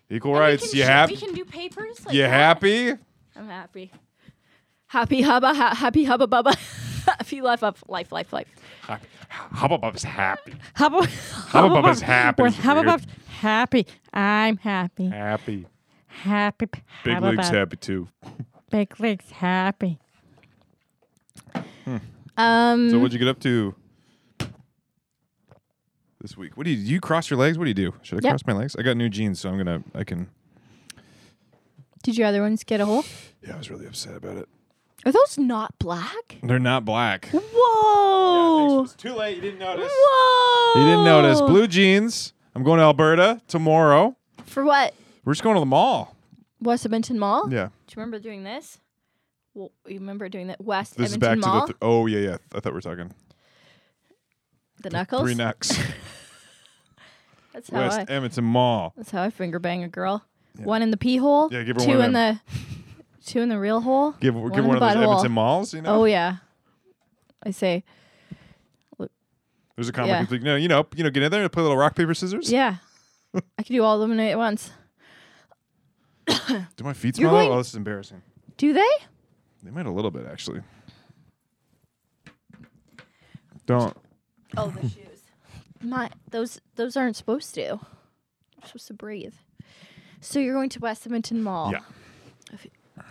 [SPEAKER 5] Equal
[SPEAKER 7] And we
[SPEAKER 5] rights.
[SPEAKER 7] can
[SPEAKER 5] You
[SPEAKER 7] sh-
[SPEAKER 5] happy?
[SPEAKER 7] We can do papers. Like
[SPEAKER 5] You
[SPEAKER 7] that?
[SPEAKER 5] happy?
[SPEAKER 7] I'm happy. Happy hubba, ha- happy hubba bubba. happy life up, life, life, life.
[SPEAKER 5] Happy. Hubba Bubba's happy.
[SPEAKER 7] Hubba,
[SPEAKER 5] Hubba Bubba's happy.
[SPEAKER 7] We're
[SPEAKER 5] It's
[SPEAKER 7] hubba
[SPEAKER 5] weird.
[SPEAKER 7] bubba's happy. I'm happy.
[SPEAKER 5] Happy.
[SPEAKER 7] Happy.
[SPEAKER 5] Big
[SPEAKER 7] hubba
[SPEAKER 5] Luke's
[SPEAKER 7] bub.
[SPEAKER 5] happy too.
[SPEAKER 7] Big league's happy. Um.
[SPEAKER 5] So what'd you get up to this week? What do you do? You cross your legs? What do you do? Should I
[SPEAKER 7] Yep.
[SPEAKER 5] cross my legs? I got new jeans, so I'm gonna. I can.
[SPEAKER 7] Did your other ones get a hole?
[SPEAKER 5] Yeah, I was really upset about it.
[SPEAKER 7] Are those not black?
[SPEAKER 5] They're not black.
[SPEAKER 7] Whoa!
[SPEAKER 5] too late. You didn't notice.
[SPEAKER 7] Whoa!
[SPEAKER 5] You didn't notice.
[SPEAKER 7] Oh.
[SPEAKER 5] Blue jeans. I'm going to Alberta tomorrow.
[SPEAKER 7] For what?
[SPEAKER 5] We're just going to the mall.
[SPEAKER 7] West Edmonton Mall?
[SPEAKER 5] Yeah.
[SPEAKER 7] Do you remember doing this? Well, you remember doing that West
[SPEAKER 5] This
[SPEAKER 7] Edmonton
[SPEAKER 5] is back
[SPEAKER 7] Mall?
[SPEAKER 5] to the. Th- oh yeah, yeah. I thought we were talking
[SPEAKER 7] the knuckles?
[SPEAKER 5] three knocks.
[SPEAKER 7] that's how
[SPEAKER 5] West
[SPEAKER 7] I
[SPEAKER 5] Edmonton Mall.
[SPEAKER 7] that's how I finger bang a girl. One in the pee hole.
[SPEAKER 5] Yeah, give her
[SPEAKER 7] two
[SPEAKER 5] one of
[SPEAKER 7] in the two in the real hole.
[SPEAKER 5] Give
[SPEAKER 7] one
[SPEAKER 5] give
[SPEAKER 7] in
[SPEAKER 5] one of
[SPEAKER 7] the
[SPEAKER 5] those
[SPEAKER 7] butthole.
[SPEAKER 5] Edmonton malls. You know.
[SPEAKER 7] Oh yeah. I say,
[SPEAKER 5] There's a comic
[SPEAKER 7] Yeah.
[SPEAKER 5] that's like, no, you know, you know, get in there and play a little rock paper scissors.
[SPEAKER 7] yeah. I could do all of them at once.
[SPEAKER 5] Do my feet
[SPEAKER 7] You're
[SPEAKER 5] smell? out?
[SPEAKER 7] going-
[SPEAKER 5] oh, this is embarrassing.
[SPEAKER 7] Do they?
[SPEAKER 5] They might a little bit actually. Don't.
[SPEAKER 7] Oh, the shoes. My those those aren't supposed to. You're supposed to breathe. So you're going to West Edmonton Mall.
[SPEAKER 5] Yeah.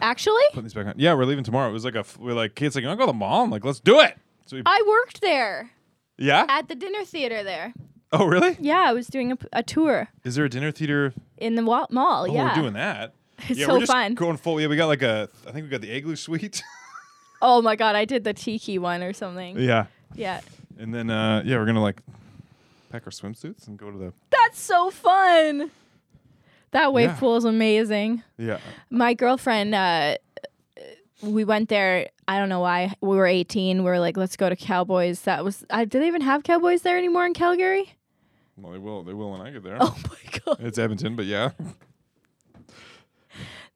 [SPEAKER 7] Actually,
[SPEAKER 5] Put these back on. Yeah, we're leaving tomorrow. It was like a. f- We're like, Kate's like, I'll go to the mall. I'm like, let's do it. So we,
[SPEAKER 7] I worked there
[SPEAKER 5] yeah.
[SPEAKER 7] at the dinner theater there.
[SPEAKER 5] oh really?
[SPEAKER 7] Yeah, I was doing a, p- a tour
[SPEAKER 5] Is there a dinner theater?
[SPEAKER 7] in the wa- mall.
[SPEAKER 5] Oh,
[SPEAKER 7] yeah.
[SPEAKER 5] we're doing that.
[SPEAKER 7] It's
[SPEAKER 5] yeah,
[SPEAKER 7] so
[SPEAKER 5] we're just
[SPEAKER 7] fun.
[SPEAKER 5] Going full. Yeah, we got like a. I think we got the igloo suite.
[SPEAKER 7] Oh my god, I did the tiki one or something.
[SPEAKER 5] yeah.
[SPEAKER 7] Yeah.
[SPEAKER 5] And then uh yeah, we're gonna like pack our swimsuits and go to the.
[SPEAKER 7] That's so fun. That wave
[SPEAKER 5] Yeah.
[SPEAKER 7] pool is amazing.
[SPEAKER 5] Yeah.
[SPEAKER 7] My girlfriend, uh, we went there. I don't know why. We were 18. We were like, let's go to Cowboys. That was, uh, do they even have Cowboys there anymore in Calgary?
[SPEAKER 5] Well, they will. They will when I get there.
[SPEAKER 7] Oh my God.
[SPEAKER 5] It's Edmonton, but yeah.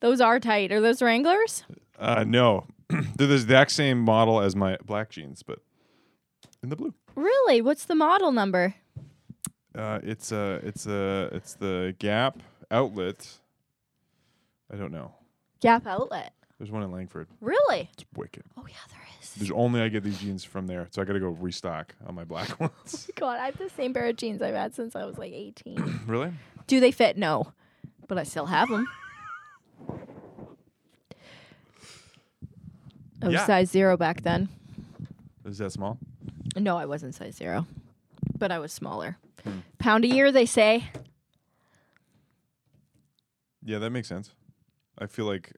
[SPEAKER 7] Those are tight. Are those Wranglers?
[SPEAKER 5] Uh, no, they're the exact same model as my black jeans, but in the blue.
[SPEAKER 7] Really? What's the model number?
[SPEAKER 5] Uh, it's uh, it's uh, it's the Gap outlet. I don't know.
[SPEAKER 7] Gap Outlet.
[SPEAKER 5] There's one in Langford.
[SPEAKER 7] Really?
[SPEAKER 5] It's wicked.
[SPEAKER 7] Oh yeah, there is.
[SPEAKER 5] There's only I get these jeans from there, so I got to go restock on my black ones.
[SPEAKER 7] God, I have the same pair of jeans I've had since I was like 18.
[SPEAKER 5] really?
[SPEAKER 7] Do they fit? No, but I still have them. I was
[SPEAKER 5] Yeah.
[SPEAKER 7] size zero back then.
[SPEAKER 5] Is that small?
[SPEAKER 7] No, I wasn't size zero, but I was smaller. Pound a year, they say.
[SPEAKER 5] Yeah, that makes sense. I feel like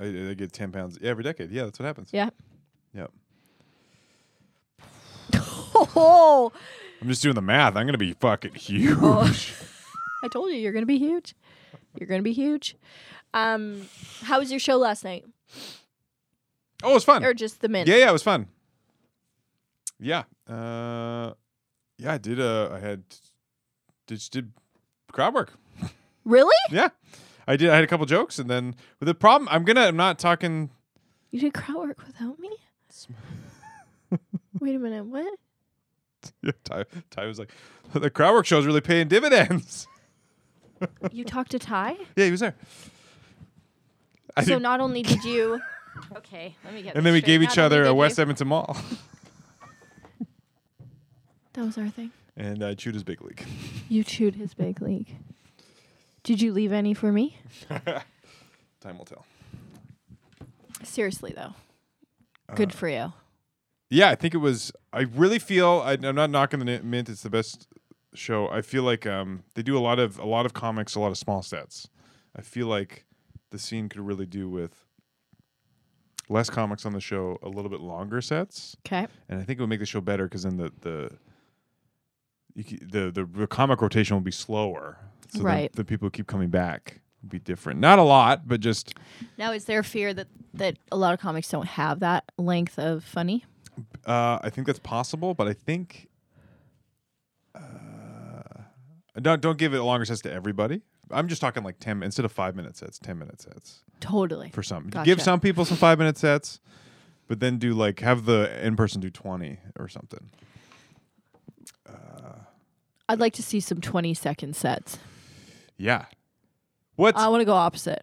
[SPEAKER 5] I, I get ten pounds every decade. Yeah, that's what happens.
[SPEAKER 7] Yeah.
[SPEAKER 5] Yep.
[SPEAKER 7] Oh,
[SPEAKER 5] I'm just doing the math. I'm gonna be fucking huge. Oh,
[SPEAKER 7] I told you you're gonna be huge. You're gonna be huge. Um, how was your show last night,
[SPEAKER 5] Oh, it was fun.
[SPEAKER 7] or just the minute?
[SPEAKER 5] Yeah, yeah, it was fun. Yeah. Uh, yeah, I did. Uh, I had did did crowd work.
[SPEAKER 7] Really?
[SPEAKER 5] Yeah, I did. I had a couple jokes, and then with the problem, I'm gonna. I'm not talking.
[SPEAKER 7] You did crowd work without me? Wait a minute, what?
[SPEAKER 5] Ty, Ty was like, the crowd work show is really paying dividends.
[SPEAKER 7] You talked to Ty?
[SPEAKER 5] yeah, he was there. I
[SPEAKER 7] So
[SPEAKER 5] did-
[SPEAKER 7] not only did you Okay, let me get
[SPEAKER 5] and
[SPEAKER 7] this
[SPEAKER 5] then we
[SPEAKER 7] straight.
[SPEAKER 5] gave
[SPEAKER 7] Not
[SPEAKER 5] each
[SPEAKER 7] only
[SPEAKER 5] other
[SPEAKER 7] did
[SPEAKER 5] a
[SPEAKER 7] you-
[SPEAKER 5] West Edmonton Mall,
[SPEAKER 7] That was our thing.
[SPEAKER 5] and I chewed his big league.
[SPEAKER 7] You chewed his big league. Did you leave any for me?
[SPEAKER 5] Time will tell.
[SPEAKER 7] Seriously though. Good for you.
[SPEAKER 5] Uh, Yeah, I think it was. I really feel I, I'm not knocking the Ni- Mint. It's the best show. I feel like um, they do a lot of a lot of comics, a lot of small sets. I feel like the scene could really do with less comics on the show, a little bit longer sets,
[SPEAKER 7] Okay.
[SPEAKER 5] and I think it would make the show better because then the the you, c- the, the the comic rotation will be slower. So then
[SPEAKER 7] Right.
[SPEAKER 5] The, people who keep coming back will be different. Not a lot, but just
[SPEAKER 7] Now is there a fear that that a lot of comics don't have that length of funny?
[SPEAKER 5] Uh, I think that's possible, but I think uh, don't don't give it longer sets to everybody. I'm just talking like ten instead of five minute sets, ten minute sets
[SPEAKER 7] Totally.
[SPEAKER 5] for some. Give
[SPEAKER 7] Gotcha.
[SPEAKER 5] some people some five minute sets, but then do like have the in person do twenty or something.
[SPEAKER 7] I'd like to see some 20 second sets.
[SPEAKER 5] Yeah. What's
[SPEAKER 7] I want to go opposite.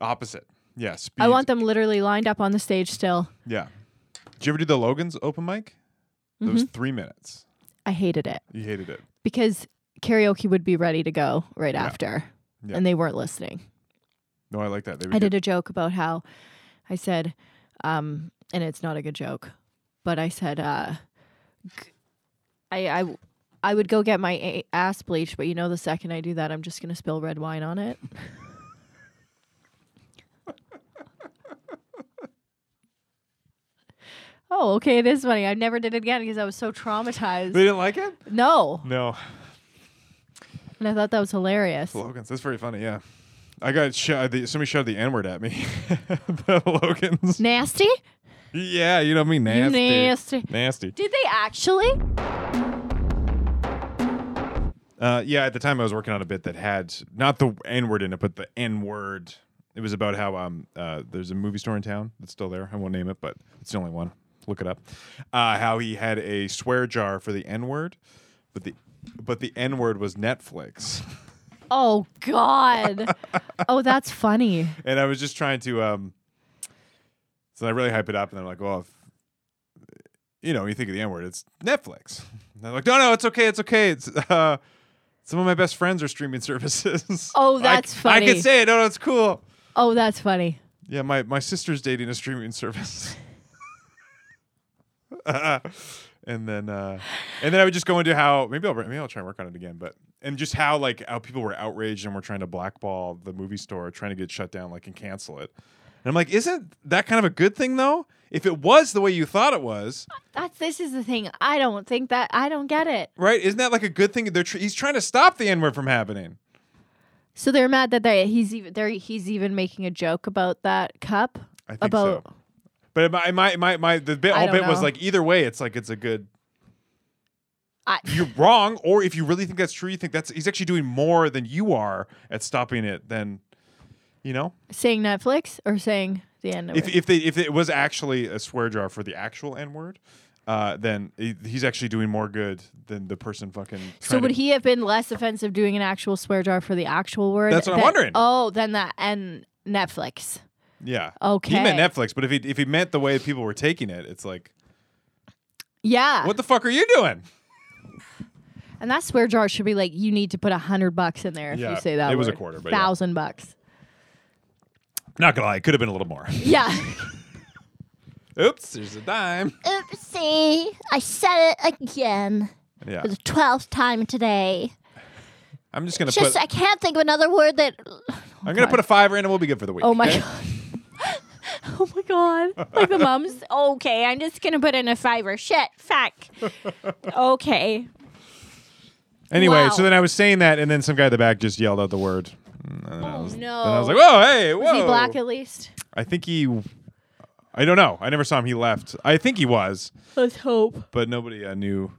[SPEAKER 5] opposite? Yeah, speed.
[SPEAKER 7] Uh, I want them literally lined up on the stage still.
[SPEAKER 5] Yeah. Did you ever do the Logan's open mic? That
[SPEAKER 7] Mm-hmm.
[SPEAKER 5] was three minutes.
[SPEAKER 7] I hated it.
[SPEAKER 5] You hated it.
[SPEAKER 7] because karaoke would be ready to go right after
[SPEAKER 5] Yeah.
[SPEAKER 7] and they weren't listening
[SPEAKER 5] No, I like that. They would
[SPEAKER 7] i
[SPEAKER 5] do-
[SPEAKER 7] did a joke about how i said um and it's not a good joke but i said uh g- i i I would go get my a- ass bleached but you know the second i do that i'm just gonna spill red wine on it oh okay it is funny i never did it again because i was so
[SPEAKER 5] They
[SPEAKER 7] traumatized
[SPEAKER 5] didn't like it.
[SPEAKER 7] no
[SPEAKER 5] No.
[SPEAKER 7] and i thought that was hilarious
[SPEAKER 5] Logan's. That's very funny. Yeah, I got sh- uh, the, somebody shouted the N word at me. the Logan's.
[SPEAKER 7] Nasty?
[SPEAKER 5] yeah, you know me, nasty,
[SPEAKER 7] nasty.
[SPEAKER 5] nasty.
[SPEAKER 7] Did they actually?
[SPEAKER 5] Uh, yeah, at the time I was working on a bit that had not the N word in it, but the N word. It was about how um uh, there's a movie store in town that's still there. I won't name it, but it's the only one. Look it up. Uh, how he had a swear jar for the N word, but the but the N word was Netflix.
[SPEAKER 7] Oh God. oh, that's funny.
[SPEAKER 5] and I was just trying to um so I really hype it up and they're like, well, if, you know, you think of the N word, it's Netflix. And they're like, no, no, it's okay, it's okay. It's uh some of my best friends are streaming services.
[SPEAKER 7] Oh,
[SPEAKER 5] I-
[SPEAKER 7] that's
[SPEAKER 5] I can
[SPEAKER 7] funny.
[SPEAKER 5] say it. No, no, it's cool.
[SPEAKER 7] Oh, that's funny.
[SPEAKER 5] Yeah, my, my sister's dating a streaming service. and then uh, and then I would just go into how maybe I'll maybe I'll try and work on it again, but and just how like how people were outraged and were trying to blackball the movie store, trying to get shut down, like and cancel it. And I'm like, isn't that kind of a good thing though? If it was the way you thought it was,
[SPEAKER 7] That's this is the thing. I don't think that I don't get it.
[SPEAKER 5] right? Isn't that like a good thing? They're tr- he's trying to stop the N word from happening.
[SPEAKER 7] So they're mad that they he's even they're he's even making a joke about that cup.
[SPEAKER 5] I think
[SPEAKER 7] about
[SPEAKER 5] so. But my my my, my the bit,
[SPEAKER 7] I
[SPEAKER 5] whole
[SPEAKER 7] don't
[SPEAKER 5] bit was
[SPEAKER 7] know.
[SPEAKER 5] like either way, it's like it's a good
[SPEAKER 7] I,
[SPEAKER 5] you're wrong, or if you really think that's true, you think that's he's actually doing more than you are at stopping it. Then, you know,
[SPEAKER 7] saying Netflix or saying the end of
[SPEAKER 5] if
[SPEAKER 7] it.
[SPEAKER 5] if they if it was actually a swear jar for the actual N word, uh, then he- he's actually doing more good than the person fucking.
[SPEAKER 7] So
[SPEAKER 5] trying
[SPEAKER 7] would
[SPEAKER 5] to-
[SPEAKER 7] he have been less offensive doing an actual swear jar for the actual word?
[SPEAKER 5] That's what I'm
[SPEAKER 7] than-
[SPEAKER 5] wondering.
[SPEAKER 7] Oh, then that and Netflix.
[SPEAKER 5] Yeah. He
[SPEAKER 7] Okay.
[SPEAKER 5] meant Netflix, but if he if he meant the way people were taking it, it's like,
[SPEAKER 7] Yeah.
[SPEAKER 5] what the fuck are you doing?
[SPEAKER 7] And that swear jar should be like, you need to put a hundred bucks in there if
[SPEAKER 5] Yeah,
[SPEAKER 7] you say that.
[SPEAKER 5] it was a
[SPEAKER 7] word.
[SPEAKER 5] quarter, but yeah.
[SPEAKER 7] thousand bucks.
[SPEAKER 5] Not gonna lie, it could have been a little more.
[SPEAKER 7] Yeah.
[SPEAKER 5] Oops, there's a dime.
[SPEAKER 2] Oopsie, I said it again
[SPEAKER 5] Yeah.
[SPEAKER 2] for the twelfth time today.
[SPEAKER 5] I'm just gonna
[SPEAKER 2] Just
[SPEAKER 5] put
[SPEAKER 2] I can't think of another word that.
[SPEAKER 5] I'm gonna put a fiver in and we'll be good for the week.
[SPEAKER 7] Oh my
[SPEAKER 5] okay?
[SPEAKER 7] god. oh my god. Like the mom's okay. I'm just gonna put in a fiver. Shit. Fuck. okay.
[SPEAKER 5] Anyway,
[SPEAKER 7] Wow.
[SPEAKER 5] so then I was saying that and then some guy at the back just yelled out the word. And then I
[SPEAKER 7] Oh,
[SPEAKER 5] was,
[SPEAKER 7] no.
[SPEAKER 5] Then I was like, whoa, hey, whoa.
[SPEAKER 7] Was he black at least?
[SPEAKER 5] I think he I don't know. I never saw him. He left. I think he was,
[SPEAKER 7] Let's hope.
[SPEAKER 5] but nobody uh, knew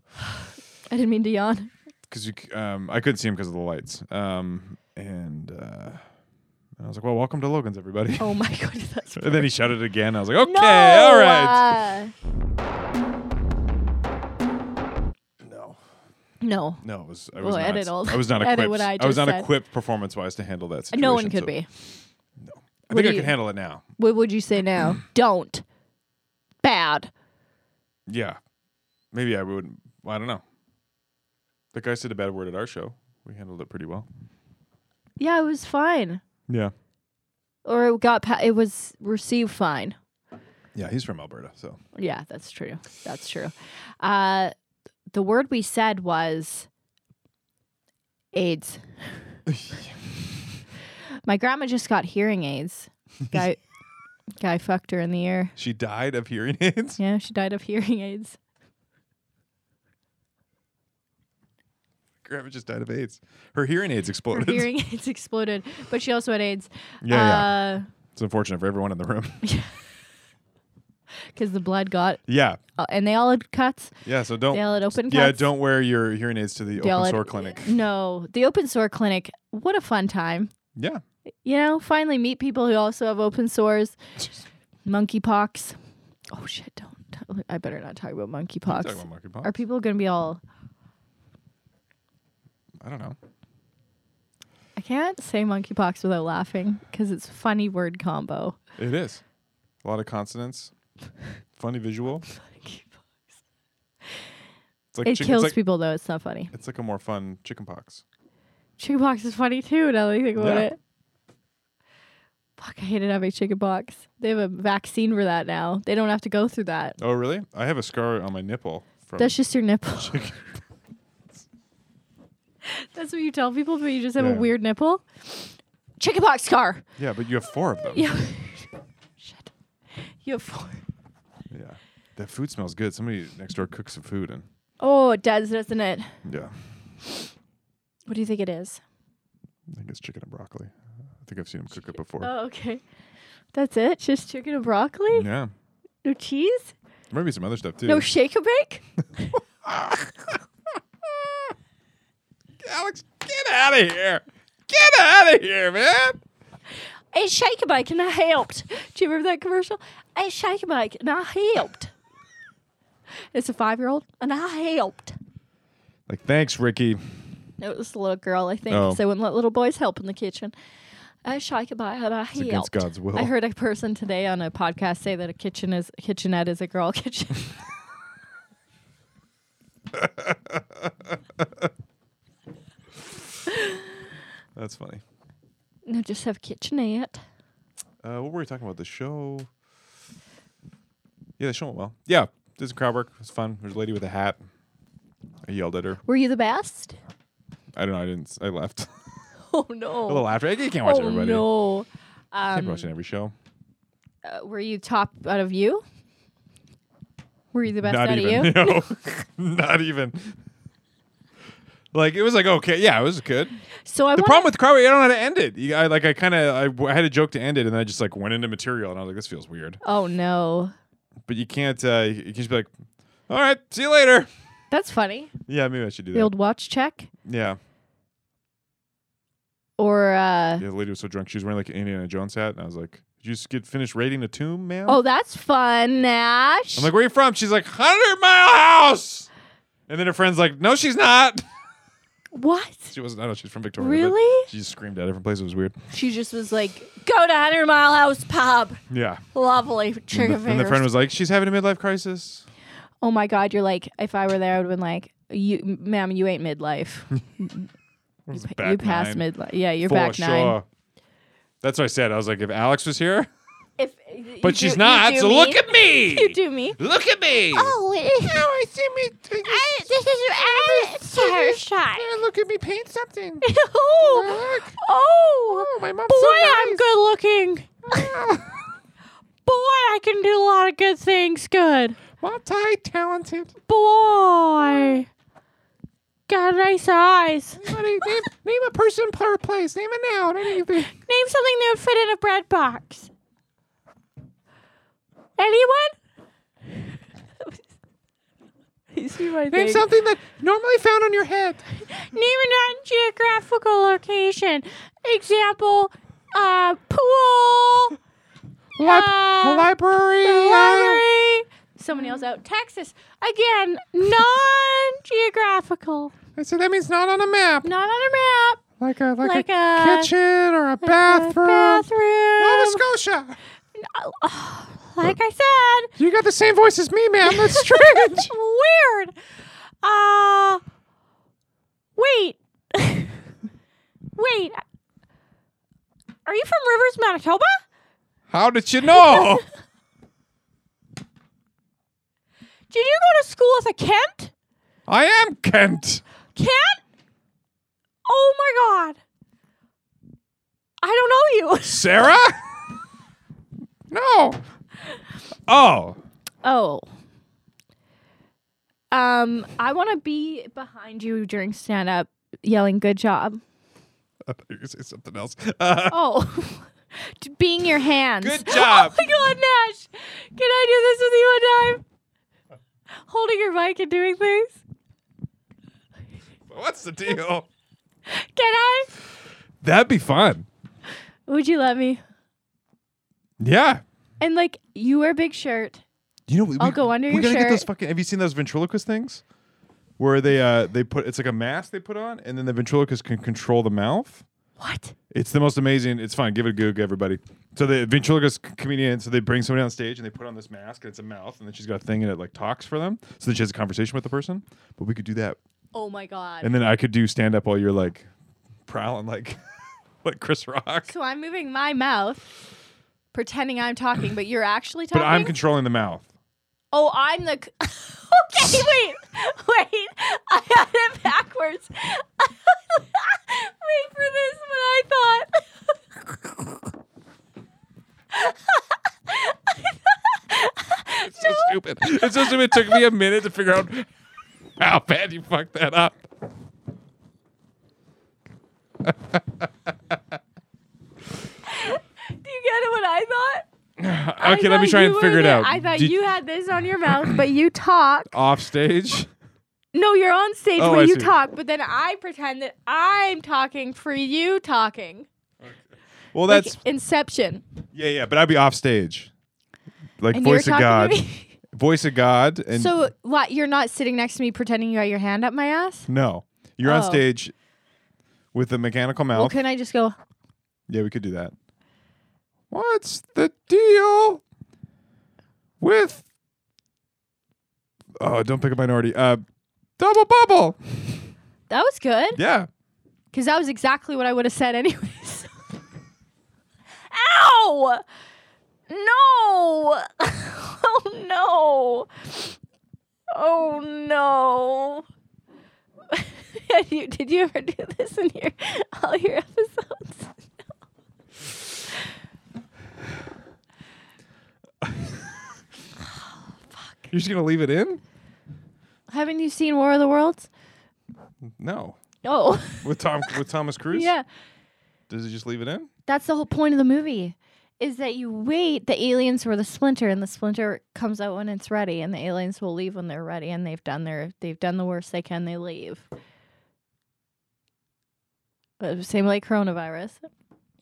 [SPEAKER 7] I didn't mean to yawn.
[SPEAKER 5] because you c- um, I couldn't see him because of the lights. Um, and, uh, and I was like, "Well, welcome to Logan's, everybody."
[SPEAKER 7] Oh my goodness, that's
[SPEAKER 5] and then he shouted again. I was like, "Okay,
[SPEAKER 7] No,
[SPEAKER 5] all right."
[SPEAKER 7] uh,
[SPEAKER 5] No,
[SPEAKER 7] no.
[SPEAKER 5] no, it was. I was
[SPEAKER 7] We'll
[SPEAKER 5] not,
[SPEAKER 7] edit all
[SPEAKER 5] I was not
[SPEAKER 7] edit
[SPEAKER 5] equipped.
[SPEAKER 7] what I
[SPEAKER 5] I,
[SPEAKER 7] just
[SPEAKER 5] was not
[SPEAKER 7] said.
[SPEAKER 5] equipped performance-wise to handle that. Situation,
[SPEAKER 7] No one could
[SPEAKER 5] so I
[SPEAKER 7] be.
[SPEAKER 5] think
[SPEAKER 7] What do
[SPEAKER 5] I
[SPEAKER 7] you-
[SPEAKER 5] could handle it now.
[SPEAKER 7] What would you say now? Don't. Bad.
[SPEAKER 5] Yeah, maybe I wouldn't. well, I don't know. The guy said a bad word at our show. We handled it pretty well.
[SPEAKER 7] Yeah, it was fine.
[SPEAKER 5] Yeah,
[SPEAKER 7] Or it got pa- it was received fine.
[SPEAKER 5] yeah. He's from Alberta, so
[SPEAKER 7] Yeah, that's true. That's true. Uh, the word we said was AIDS. My grandma just got hearing aids. Guy, guy fucked her in the ear.
[SPEAKER 5] she died of hearing aids.
[SPEAKER 7] Yeah, she died of hearing aids.
[SPEAKER 5] Grandma just died of AIDS. Her hearing aids
[SPEAKER 7] Her
[SPEAKER 5] exploded.
[SPEAKER 7] hearing aids exploded, but she also had AIDS. Uh,
[SPEAKER 5] Yeah, it's unfortunate for everyone in the room.
[SPEAKER 7] Because the blood got,
[SPEAKER 5] yeah,
[SPEAKER 7] uh, and they all had cuts.
[SPEAKER 5] yeah. So don't.
[SPEAKER 7] They all had open
[SPEAKER 5] Yeah,
[SPEAKER 7] cuts.
[SPEAKER 5] don't wear your hearing aids to the
[SPEAKER 7] They all
[SPEAKER 5] open
[SPEAKER 7] had-
[SPEAKER 5] sore clinic.
[SPEAKER 7] No, the open sore clinic. What a fun time.
[SPEAKER 5] Yeah.
[SPEAKER 7] you know, finally meet people who also have open sores, monkeypox. Oh shit! Don't t- I better not talk about monkeypox.
[SPEAKER 5] Talk about monkeypox.
[SPEAKER 7] Are people gonna be all?
[SPEAKER 5] I don't know.
[SPEAKER 7] I can't say monkeypox without laughing because it's funny word combo.
[SPEAKER 5] It is. A lot of consonants. Funny visual. It's like
[SPEAKER 7] It
[SPEAKER 5] chick-
[SPEAKER 7] kills
[SPEAKER 5] it's like,
[SPEAKER 7] people though. It's not funny.
[SPEAKER 5] It's like a more fun chicken pox.
[SPEAKER 7] Chickenpox is funny too. Now that I think about
[SPEAKER 5] Yeah.
[SPEAKER 7] it. Fuck! I hated having chickenpox. They have a vaccine for that now. They don't have to go through that.
[SPEAKER 5] Oh, really? I have a scar on my nipple from
[SPEAKER 7] That's just your nipple. That's what you tell people, but you just have
[SPEAKER 5] Yeah.
[SPEAKER 7] a weird nipple. Chickenpox scar.
[SPEAKER 5] Yeah, but you have four of them.
[SPEAKER 7] Yeah. Shit. You have four.
[SPEAKER 5] Yeah. That food smells good. Somebody next door cooks some food and
[SPEAKER 7] Oh, it does, doesn't it?
[SPEAKER 5] yeah.
[SPEAKER 7] What do you think it is?
[SPEAKER 5] I think it's chicken and broccoli. I think I've seen him cook it before.
[SPEAKER 7] Oh, okay. That's it? Just chicken and broccoli?
[SPEAKER 5] yeah.
[SPEAKER 7] No cheese?
[SPEAKER 5] There might be some other stuff too.
[SPEAKER 7] No shake a bake?
[SPEAKER 5] Alex, get out of here. Get out of here, man.
[SPEAKER 7] It's shake a bake and I helped. Do you remember that commercial? It's shake a bake and I helped. it's a five year old and I helped.
[SPEAKER 5] Like, thanks, Ricky.
[SPEAKER 7] No, it was a little girl, I think,
[SPEAKER 5] Oh.
[SPEAKER 7] because they wouldn't let little boys help in the kitchen. I shake about how I helped.
[SPEAKER 5] against God's will.
[SPEAKER 7] I heard a person today on a podcast say that a kitchen is a kitchenette is a girl kitchen.
[SPEAKER 5] That's funny.
[SPEAKER 7] no, just have kitchenette.
[SPEAKER 5] Uh, what were we talking about? The show. Yeah, the show went well. Yeah, did some crowd work. It was fun. There's a lady with a hat. I yelled at her.
[SPEAKER 7] Were you the best?
[SPEAKER 5] I don't know. I didn't. I left
[SPEAKER 7] Oh
[SPEAKER 5] a
[SPEAKER 7] no!
[SPEAKER 5] little after. You can't watch
[SPEAKER 7] Oh
[SPEAKER 5] everybody. You
[SPEAKER 7] no! Um,
[SPEAKER 5] can't be watching every show.
[SPEAKER 7] Uh, were you top out of you? Were you the best
[SPEAKER 5] Not
[SPEAKER 7] out
[SPEAKER 5] even.
[SPEAKER 7] of you?
[SPEAKER 5] No. Not even. Like it was like okay, yeah, it was good.
[SPEAKER 7] So I
[SPEAKER 5] The
[SPEAKER 7] wanna-
[SPEAKER 5] problem with the crowd, work, I don't know how to end it. You- I like, I kind of, I, w- I had a joke to end it, and then I just like went into material, and I was like, this feels weird.
[SPEAKER 7] oh no,
[SPEAKER 5] But you can't, uh, you can just be like, all right, see you later.
[SPEAKER 7] that's funny.
[SPEAKER 5] Yeah, maybe I should do
[SPEAKER 7] The
[SPEAKER 5] that.
[SPEAKER 7] old watch check
[SPEAKER 5] Yeah.
[SPEAKER 7] or uh,
[SPEAKER 5] Yeah, the lady was so drunk she was wearing like an Indiana Jones hat, and I was like, "Did you just get finished raiding a tomb, ma'am?"
[SPEAKER 7] oh, that's fun, Nash.
[SPEAKER 5] I'm like, "Where are you from?" She's like, "Hundred Mile House." And then her friend's like, "No, she's not."
[SPEAKER 7] What?
[SPEAKER 5] She wasn't. I don't know. She's from Victoria. but
[SPEAKER 7] Really?
[SPEAKER 5] She just screamed at different places. It was weird.
[SPEAKER 7] She just was like, go to 100 Mile House Pub.
[SPEAKER 5] Yeah.
[SPEAKER 7] Lovely.
[SPEAKER 5] And
[SPEAKER 7] Trigger
[SPEAKER 5] the, and the friend was like, "She's having a midlife crisis."
[SPEAKER 7] oh my God, you're like, if I were there, I would have been like, you, ma'am, you ain't midlife.
[SPEAKER 5] It's
[SPEAKER 7] you
[SPEAKER 5] back
[SPEAKER 7] passed
[SPEAKER 5] nine.
[SPEAKER 7] midlife. Yeah, you're
[SPEAKER 5] For
[SPEAKER 7] back nine.
[SPEAKER 5] sure. That's what I said. I was like, if Alex was here,
[SPEAKER 7] If,
[SPEAKER 5] but she's not. So look at me.
[SPEAKER 7] You do me.
[SPEAKER 5] Look at me.
[SPEAKER 2] Oh, it is.
[SPEAKER 5] I see me. uh,
[SPEAKER 2] This is your shot.
[SPEAKER 5] look at me paint something.
[SPEAKER 7] oh, oh,
[SPEAKER 5] my mom's
[SPEAKER 7] boy, I'm good looking. boy, I can do a lot of good things. Good
[SPEAKER 5] multi-talented.
[SPEAKER 7] boy, got nice eyes.
[SPEAKER 5] Name, name a person per place. Name a noun. Anything.
[SPEAKER 7] Name something that would fit in a bread box. Anyone? you see my thing?
[SPEAKER 5] something that normally found on your head.
[SPEAKER 7] Name a non-geographical location. Example, uh, pool. Uh,
[SPEAKER 5] Ah, library.
[SPEAKER 7] library. Someone else out. Texas. Again, non geographical.
[SPEAKER 5] so that means not on a map.
[SPEAKER 7] Not on a map.
[SPEAKER 5] Like a like,
[SPEAKER 7] Like
[SPEAKER 5] a,
[SPEAKER 7] a-
[SPEAKER 5] kitchen or a bathroom. Nova
[SPEAKER 7] Bathroom.
[SPEAKER 5] Scotia.
[SPEAKER 7] Oh, Like I said,
[SPEAKER 5] You got the same voice as me, ma'am. That's strange.
[SPEAKER 7] weird. Uh, wait. wait. Are you from Rivers, Manitoba?
[SPEAKER 5] How did you know?
[SPEAKER 7] Did you go to school with a Kent?
[SPEAKER 5] I am Kent.
[SPEAKER 7] Kent? Oh my god. I don't know you.
[SPEAKER 5] Sarah? no. Oh.
[SPEAKER 7] Oh. Um, I want to be behind you during stand up yelling good job.
[SPEAKER 5] I thought you were going to say something else. Uh,
[SPEAKER 7] Oh. to being your hands.
[SPEAKER 5] Good job.
[SPEAKER 7] Oh my god, Nash. Can I do this with you one time? Holding your mic and doing things.
[SPEAKER 5] What's the deal?
[SPEAKER 7] Can I?
[SPEAKER 5] That'd be fun.
[SPEAKER 7] Would you let me?
[SPEAKER 5] Yeah.
[SPEAKER 7] And like you wear a big shirt.
[SPEAKER 5] You know, we,
[SPEAKER 7] I'll go under
[SPEAKER 5] we
[SPEAKER 7] your
[SPEAKER 5] gotta get those
[SPEAKER 7] shirt.
[SPEAKER 5] fucking. Have you seen those ventriloquist things? Where they uh they put it's like a mask they put on, and then the ventriloquist can control the mouth.
[SPEAKER 7] What?
[SPEAKER 5] It's the most amazing. It's fine. Give it a goog, everybody. So the ventriloquist c- comedian. So they bring somebody on stage and they put on this mask and it's a mouth, and then she's got a thing and it like talks for them. So then she has a conversation with the person. But we could do that,
[SPEAKER 7] Oh my god.
[SPEAKER 5] and then I could do stand up while you're like prowling like like Chris Rock,
[SPEAKER 7] so I'm moving my mouth, pretending I'm talking, but you're actually talking.
[SPEAKER 5] but I'm controlling the mouth.
[SPEAKER 7] Oh, I'm the. c- okay, wait, wait. I had it backwards. wait for this one. I thought.
[SPEAKER 5] It's so stupid. It's so stupid. It took me a minute to figure out how bad you fucked that up.
[SPEAKER 7] Do you get it? What I thought? I
[SPEAKER 5] Okay, let me
[SPEAKER 7] thought
[SPEAKER 5] try
[SPEAKER 7] you
[SPEAKER 5] and
[SPEAKER 7] were
[SPEAKER 5] figure it
[SPEAKER 7] the-
[SPEAKER 5] out.
[SPEAKER 7] I thought
[SPEAKER 5] Did-
[SPEAKER 7] you had this on your mouth, but you talk.
[SPEAKER 5] off stage.
[SPEAKER 7] No, you're on stage,
[SPEAKER 5] Oh,
[SPEAKER 7] but
[SPEAKER 5] I
[SPEAKER 7] you
[SPEAKER 5] see.
[SPEAKER 7] talk. But then I pretend that I'm talking for you talking.
[SPEAKER 5] Well,
[SPEAKER 7] Like
[SPEAKER 5] that's
[SPEAKER 7] Inception.
[SPEAKER 5] yeah, yeah. But I'd be off stage, like
[SPEAKER 7] And
[SPEAKER 5] voice
[SPEAKER 7] you're
[SPEAKER 5] of God,
[SPEAKER 7] talking to me.
[SPEAKER 5] voice of God, and
[SPEAKER 7] So what? You're not sitting next to me pretending you got your hand up my ass.
[SPEAKER 5] no, you're on
[SPEAKER 7] Oh.
[SPEAKER 5] stage with a mechanical mouth.
[SPEAKER 7] Well, can I just go?
[SPEAKER 5] Yeah, we could do that. What's the deal with? Oh, don't pick a minority. Uh, double bubble.
[SPEAKER 7] That was good
[SPEAKER 5] Yeah.
[SPEAKER 7] because that was exactly what I would have said anyways. Ow! No! oh no! Oh no! Have you- Did you ever do this in your all your episodes?
[SPEAKER 5] You're just gonna leave it in?
[SPEAKER 7] Haven't you seen War of the Worlds?
[SPEAKER 5] No.
[SPEAKER 7] Oh,
[SPEAKER 5] With Tom with Thomas Cruise?
[SPEAKER 7] yeah.
[SPEAKER 5] Does he just leave it in?
[SPEAKER 7] That's the whole point of the movie. Is that you wait the aliens were the splinter and the splinter comes out when it's ready and the aliens will leave when they're ready and they've done their they've done the worst they can, they leave. Uh, Same like coronavirus.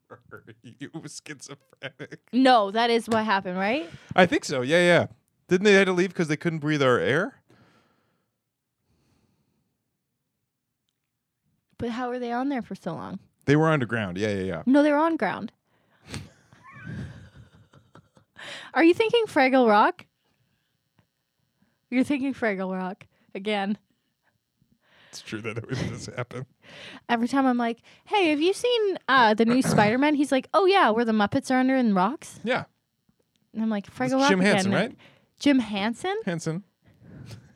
[SPEAKER 5] you schizophrenic.
[SPEAKER 7] No, that is what happened, right?
[SPEAKER 5] I think so. Yeah, yeah. Didn't they had to leave because they couldn't breathe our air?
[SPEAKER 7] But how were they on there for so long?
[SPEAKER 5] They were underground. Yeah, yeah, yeah.
[SPEAKER 7] No, they're on ground. Are you thinking Fraggle Rock? You're thinking Fraggle Rock again.
[SPEAKER 5] It's true that it was this happened.
[SPEAKER 7] Every time I'm like, "Hey, have you seen uh, the new Spider-Man?" He's like, "Oh yeah, where the Muppets are under in rocks."
[SPEAKER 5] Yeah,
[SPEAKER 7] And I'm like,
[SPEAKER 5] It's
[SPEAKER 7] "Fraggle Rock."
[SPEAKER 5] Jim
[SPEAKER 7] again."
[SPEAKER 5] Hansen, right?
[SPEAKER 7] Jim Hansen.
[SPEAKER 5] Hansen,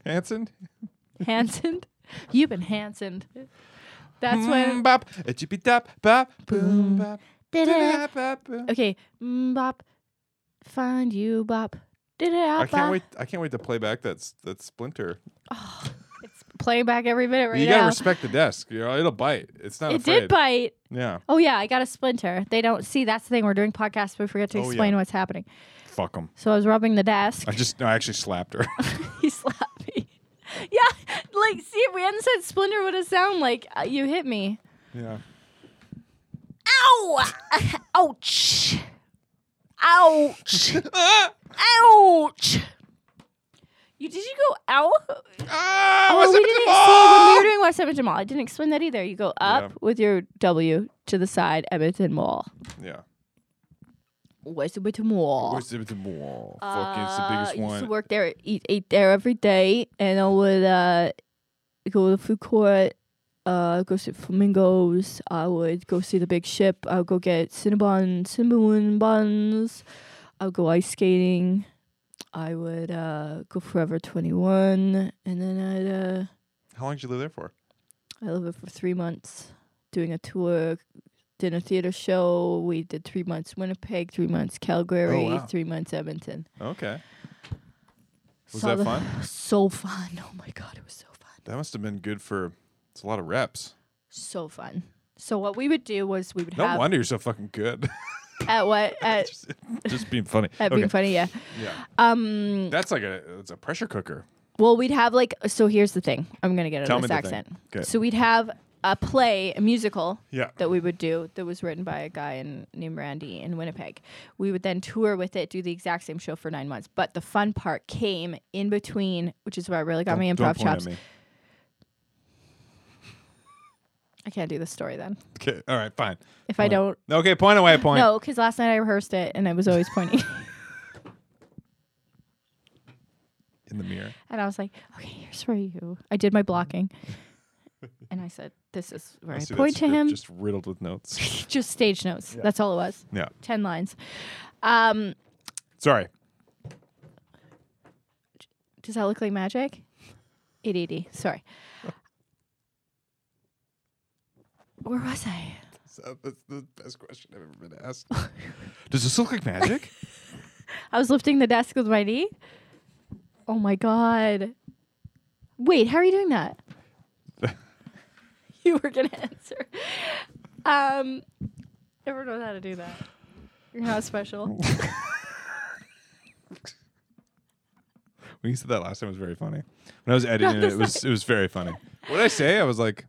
[SPEAKER 5] Hansen.
[SPEAKER 7] Hansen. You've been Hansen. That's when.
[SPEAKER 5] Mm, bop, a jippy tap, bop, boom, bop, da-da, bop, boom.
[SPEAKER 7] Okay, mm, bop. Find you, bop. Did it
[SPEAKER 5] I can't wait. I can't wait to play back that's that splinter.
[SPEAKER 7] It's playing back every minute right
[SPEAKER 5] you
[SPEAKER 7] now.
[SPEAKER 5] gotta respect the desk. You know, it'll bite. It's not.
[SPEAKER 7] it
[SPEAKER 5] afraid.
[SPEAKER 7] did bite.
[SPEAKER 5] Yeah.
[SPEAKER 7] Oh yeah, I got a splinter. They don't see that's the thing. We're doing podcasts, but we forget to
[SPEAKER 5] Oh, yeah.
[SPEAKER 7] explain what's happening.
[SPEAKER 5] Fuck them.
[SPEAKER 7] So I was rubbing the desk.
[SPEAKER 5] I just. No, I actually slapped her.
[SPEAKER 7] he slapped me. yeah, like see, if we hadn't said splinter, would it sound like uh, you hit me?
[SPEAKER 5] yeah.
[SPEAKER 2] Ow! Ouch! Ouch!
[SPEAKER 5] Ah!
[SPEAKER 2] Ouch!
[SPEAKER 7] You did you go out?
[SPEAKER 5] Ah,
[SPEAKER 7] oh,
[SPEAKER 5] what's
[SPEAKER 7] we
[SPEAKER 5] up,
[SPEAKER 7] didn't
[SPEAKER 5] Jamal?
[SPEAKER 7] explain when we were doing West Edmonton Mall. I didn't explain that either. You go up
[SPEAKER 5] Yeah.
[SPEAKER 7] with your W to the side, Edmonton Mall.
[SPEAKER 5] Yeah.
[SPEAKER 7] West Edmonton Mall.
[SPEAKER 5] What's up, Jamal?
[SPEAKER 7] Uh,
[SPEAKER 5] Fuck, it's the biggest
[SPEAKER 7] I used to
[SPEAKER 5] one.
[SPEAKER 7] work there, eat, ate there every day, and I would uh, go to the food court, uh, go see flamingos. I would go see the big ship. I would go get cinnabon, cinnabon buns. I would go ice skating. I would uh, go Forever 21, and then I'd uh,
[SPEAKER 5] How long did you live there for?
[SPEAKER 7] I lived there for three months, doing a tour, did a theater show. We did three months Winnipeg, three months Calgary,
[SPEAKER 5] Oh, wow.
[SPEAKER 7] three months Edmonton.
[SPEAKER 5] Okay. Was
[SPEAKER 7] Saw
[SPEAKER 5] that
[SPEAKER 7] the-
[SPEAKER 5] fun?
[SPEAKER 7] So fun. Oh my god, it was so fun.
[SPEAKER 5] That must have been good for. It's a lot of reps.
[SPEAKER 7] So fun. So what we would do was we would
[SPEAKER 5] No
[SPEAKER 7] have
[SPEAKER 5] wonder you're so fucking good.
[SPEAKER 7] at what at,
[SPEAKER 5] just, just being funny.
[SPEAKER 7] at being funny, yeah.
[SPEAKER 5] Yeah.
[SPEAKER 7] Um
[SPEAKER 5] That's like a. It's a pressure cooker.
[SPEAKER 7] well we'd have like so here's the thing. I'm gonna get out
[SPEAKER 5] Tell
[SPEAKER 7] of
[SPEAKER 5] me
[SPEAKER 7] this
[SPEAKER 5] the thing.
[SPEAKER 7] accent.
[SPEAKER 5] Okay.
[SPEAKER 7] So we'd have a play, a musical
[SPEAKER 5] Yeah.
[SPEAKER 7] that we would do that was written by a guy in, named Randy in Winnipeg. We would then tour with it, do the exact same show for nine months. But the fun part came in between, which is where I really got my
[SPEAKER 5] Don't-
[SPEAKER 7] improv
[SPEAKER 5] don't point at
[SPEAKER 7] chops.
[SPEAKER 5] me.
[SPEAKER 7] I can't do this story then.
[SPEAKER 5] Okay. All right. Fine.
[SPEAKER 7] If I don't
[SPEAKER 5] Okay. Point away. Point.
[SPEAKER 7] No, because last night I rehearsed it and I was always pointing.
[SPEAKER 5] In the mirror.
[SPEAKER 7] and I was like, okay, here's for you. I did
[SPEAKER 5] Mm-hmm.
[SPEAKER 7] my blocking. and I said, this is where I,
[SPEAKER 5] See, that
[SPEAKER 7] point to
[SPEAKER 5] script
[SPEAKER 7] him. Just,
[SPEAKER 5] Just riddled with notes.
[SPEAKER 7] stage notes. That's all it was.
[SPEAKER 5] yeah.
[SPEAKER 7] 10 lines. Um,
[SPEAKER 5] Sorry.
[SPEAKER 7] does that look like magic? ADD. Sorry. Where was I?
[SPEAKER 5] So that's the best question I've ever been asked. Does this look like magic?
[SPEAKER 7] I was lifting the desk with my knee. Oh my God. Wait, how are you doing that? you were going to answer. Um, never knows how to do that. You're not special.
[SPEAKER 5] when you said that last time, it was very funny. When I was editing
[SPEAKER 7] No,
[SPEAKER 5] it, it was it was very funny. What did I say? I was like,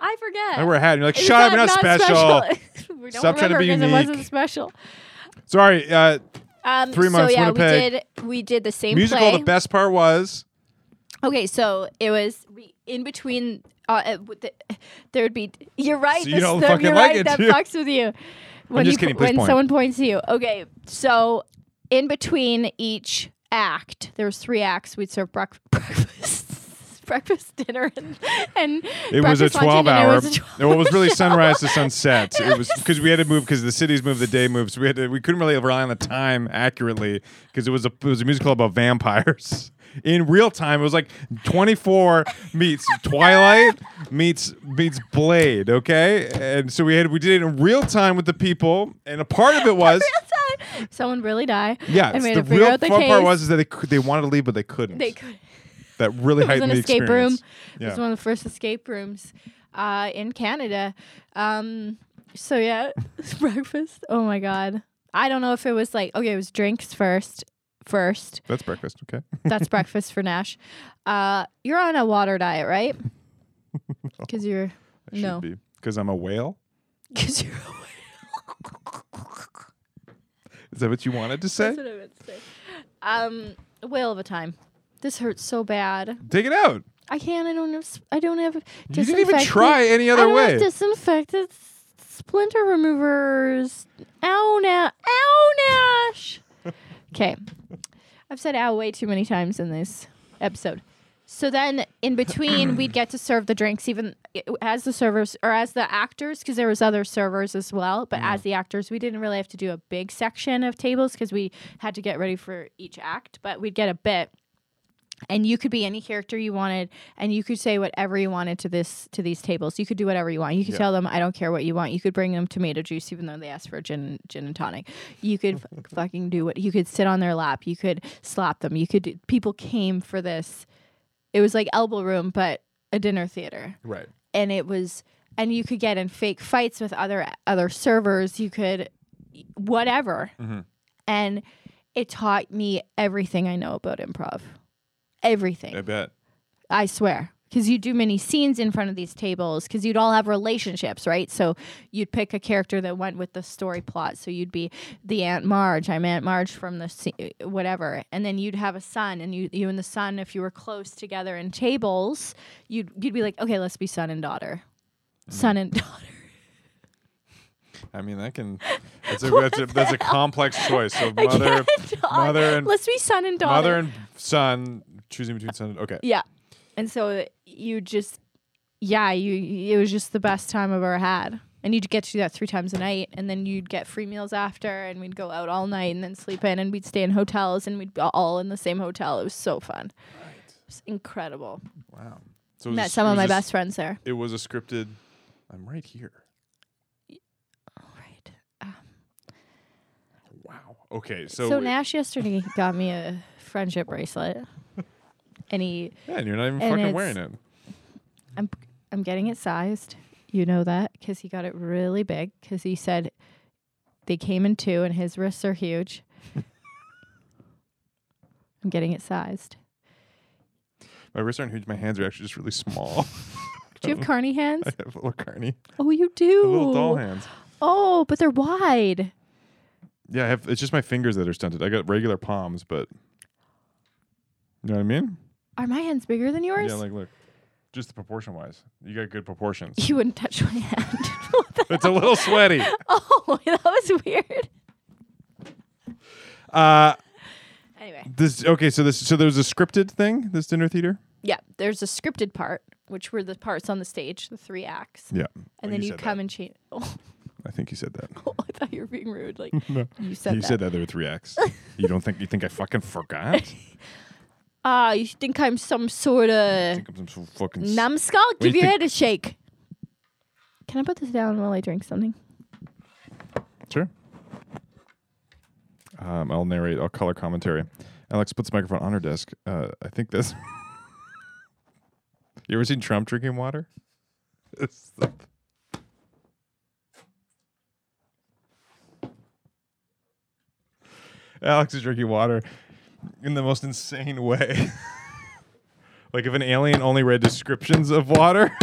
[SPEAKER 7] I forget.
[SPEAKER 5] I wear a hat, and you're like,
[SPEAKER 7] It's
[SPEAKER 5] shut up, you're not, special.
[SPEAKER 7] we don't
[SPEAKER 5] Stop trying to be
[SPEAKER 7] remember 'cause
[SPEAKER 5] unique.
[SPEAKER 7] It wasn't special.
[SPEAKER 5] Sorry. Uh,
[SPEAKER 7] Um,
[SPEAKER 5] Three months,
[SPEAKER 7] So yeah,
[SPEAKER 5] Winnipeg.
[SPEAKER 7] we did. We did the same
[SPEAKER 5] musical.
[SPEAKER 7] play.
[SPEAKER 5] The best part was
[SPEAKER 7] Okay, so it was we, in between. Uh, uh, with the, there would be. You're right.
[SPEAKER 5] So you
[SPEAKER 7] this-
[SPEAKER 5] don't
[SPEAKER 7] the-
[SPEAKER 5] fucking
[SPEAKER 7] you're
[SPEAKER 5] like
[SPEAKER 7] right.
[SPEAKER 5] it,
[SPEAKER 7] that
[SPEAKER 5] do you?
[SPEAKER 7] fucks with you. When
[SPEAKER 5] just
[SPEAKER 7] you,
[SPEAKER 5] kidding,
[SPEAKER 7] po-
[SPEAKER 5] please
[SPEAKER 7] When
[SPEAKER 5] point.
[SPEAKER 7] someone points to you. Okay, so in between each act, there was three acts. We'd serve brec- breakfast. Breakfast, dinner, and, and
[SPEAKER 5] it was a
[SPEAKER 7] breakfast, lunch,
[SPEAKER 5] 12
[SPEAKER 7] and dinner.
[SPEAKER 5] hour.
[SPEAKER 7] It was a 12
[SPEAKER 5] No, it was really sunrise to sunset. It was because we had to move because the cities moved, the day moved. So we had to, we couldn't really rely on the time accurately because it was a it was a musical about vampires. In real time, it was like 24 meets Twilight meets meets Blade, okay? And so we had we did it in real time with the people, and a part of it was
[SPEAKER 7] time. Someone really die.
[SPEAKER 5] yeah.
[SPEAKER 7] and we
[SPEAKER 5] the
[SPEAKER 7] had to figure
[SPEAKER 5] real
[SPEAKER 7] out the
[SPEAKER 5] fun
[SPEAKER 7] case.
[SPEAKER 5] part was is that they could, they wanted to leave but they couldn't.
[SPEAKER 7] they could.
[SPEAKER 5] that really
[SPEAKER 7] It was
[SPEAKER 5] heightened
[SPEAKER 7] an
[SPEAKER 5] the
[SPEAKER 7] escape
[SPEAKER 5] experience.
[SPEAKER 7] room. It was
[SPEAKER 5] Yeah.
[SPEAKER 7] one of the first escape rooms uh, in Canada. Um, so yeah, breakfast. Oh my god. I don't know if it was like okay, it was drinks first. First,
[SPEAKER 5] That's breakfast, okay?
[SPEAKER 7] that's breakfast for Nash. Uh, you're on a water diet, right? Because you're no,
[SPEAKER 5] Because I'm a whale.
[SPEAKER 7] because you're.
[SPEAKER 5] Is that what you wanted to say?
[SPEAKER 7] That's what I meant to say. Um, whale of a time. This hurts so bad.
[SPEAKER 5] Take it out.
[SPEAKER 7] I can't. I don't have. s- I don't have.
[SPEAKER 5] You didn't even
[SPEAKER 7] disinfectant-
[SPEAKER 5] try any
[SPEAKER 7] I
[SPEAKER 5] other
[SPEAKER 7] don't
[SPEAKER 5] way.
[SPEAKER 7] Have disinfectant s- splinter removers. Ow now. Ow Nash. Okay, I've said ow way too many times in this episode. So then, in between, we'd get to serve the drinks, even i- as the servers or as the actors, because there was other servers as well. But as the actors, we didn't really have to do a big section of tables because we had to get ready for each act. But we'd get a bit and you could be any character you wanted and you could say whatever you wanted to this to these tables you could do whatever you want you could tell them i don't care what you want you could bring them tomato juice even though they asked for gin gin and tonic you could f- fucking do what you could sit on their lap you could slap them you could do, people came for this it was like elbow room but a dinner theater
[SPEAKER 5] Right.
[SPEAKER 7] and it was and you could get in fake fights with other other servers you could whatever and it taught me everything i know about improv everything
[SPEAKER 5] I bet.
[SPEAKER 7] I swear. Because you do many scenes in front of these tables, because you'd all have relationships, right? So you'd pick a character that went with the story plot. So you'd be the Aunt Marge. I'm Aunt Marge from the se- whatever, and then you'd have a son, and you you and the son, if you were close together in tables, you'd you'd be like, okay, let's be son and daughter,
[SPEAKER 5] Mm-hmm.
[SPEAKER 7] son and daughter.
[SPEAKER 5] I mean, that can. That's a, that's a, that's a complex choice. So mother, mother and
[SPEAKER 7] let's be son and daughter.
[SPEAKER 5] mother and son choosing between son. and Okay.
[SPEAKER 7] Yeah. And so you just, yeah, you it was just the best time I've ever had. And you'd get to do that three times a night, and then you'd get free meals after, and we'd go out all night, and then sleep in, and we'd stay in hotels, and we'd be all in the same hotel. It was so fun. It was incredible.
[SPEAKER 5] Wow. So it was a
[SPEAKER 7] Met
[SPEAKER 5] s-
[SPEAKER 7] some
[SPEAKER 5] it
[SPEAKER 7] of
[SPEAKER 5] was
[SPEAKER 7] my
[SPEAKER 5] a s-
[SPEAKER 7] best friends there.
[SPEAKER 5] It was a scripted. I'm right here.
[SPEAKER 7] Right.
[SPEAKER 5] Wow. Okay. So,
[SPEAKER 7] So,
[SPEAKER 5] we-
[SPEAKER 7] Nash yesterday got me a friendship bracelet, and he,
[SPEAKER 5] yeah, and you're not even
[SPEAKER 7] and
[SPEAKER 5] fucking
[SPEAKER 7] it's-
[SPEAKER 5] wearing it.
[SPEAKER 7] I'm, I'm getting it sized. You know that because he got it really big because he said they came in two and his wrists are huge. I'm getting it sized.
[SPEAKER 5] My wrists aren't huge. My hands are actually just really small.
[SPEAKER 7] Do you have carny hands?
[SPEAKER 5] I have little carny,
[SPEAKER 7] Oh, you do.
[SPEAKER 5] little doll hands.
[SPEAKER 7] Oh, but they're wide.
[SPEAKER 5] Yeah, I have. It's just my fingers that are stunted. I got regular palms, but you know what I mean.
[SPEAKER 7] Are my hands bigger than yours?
[SPEAKER 5] Yeah, like look, just the proportion wise, you got good proportions.
[SPEAKER 7] you wouldn't touch my hand. What the-
[SPEAKER 5] it's a little sweaty.
[SPEAKER 7] oh, that was weird.
[SPEAKER 5] Uh,
[SPEAKER 7] Anyway,
[SPEAKER 5] this okay. So this so there was a scripted thing. This dinner theater.
[SPEAKER 7] yeah, there's a scripted part, which were the parts on the stage, the three acts.
[SPEAKER 5] Yeah,
[SPEAKER 7] And then you come and change. Oh,
[SPEAKER 5] I think you said that.
[SPEAKER 7] I thought you were being rude. Like, you said
[SPEAKER 5] you
[SPEAKER 7] that.
[SPEAKER 5] said that there were three acts. you don't think you think I fucking forgot?
[SPEAKER 7] Ah, you think I'm some sort of
[SPEAKER 5] think I'm some fucking s-
[SPEAKER 7] numbskull?
[SPEAKER 5] do you
[SPEAKER 7] Give your
[SPEAKER 5] think-
[SPEAKER 7] head a shake. Can I put this down while I drink something?
[SPEAKER 5] Sure. Um, I'll narrate. I'll color commentary. Alex puts the microphone on her desk. Uh, I think that's. you ever seen Trump drinking water? It's the- Alex is drinking water in the most insane way. like if an alien only read descriptions of water.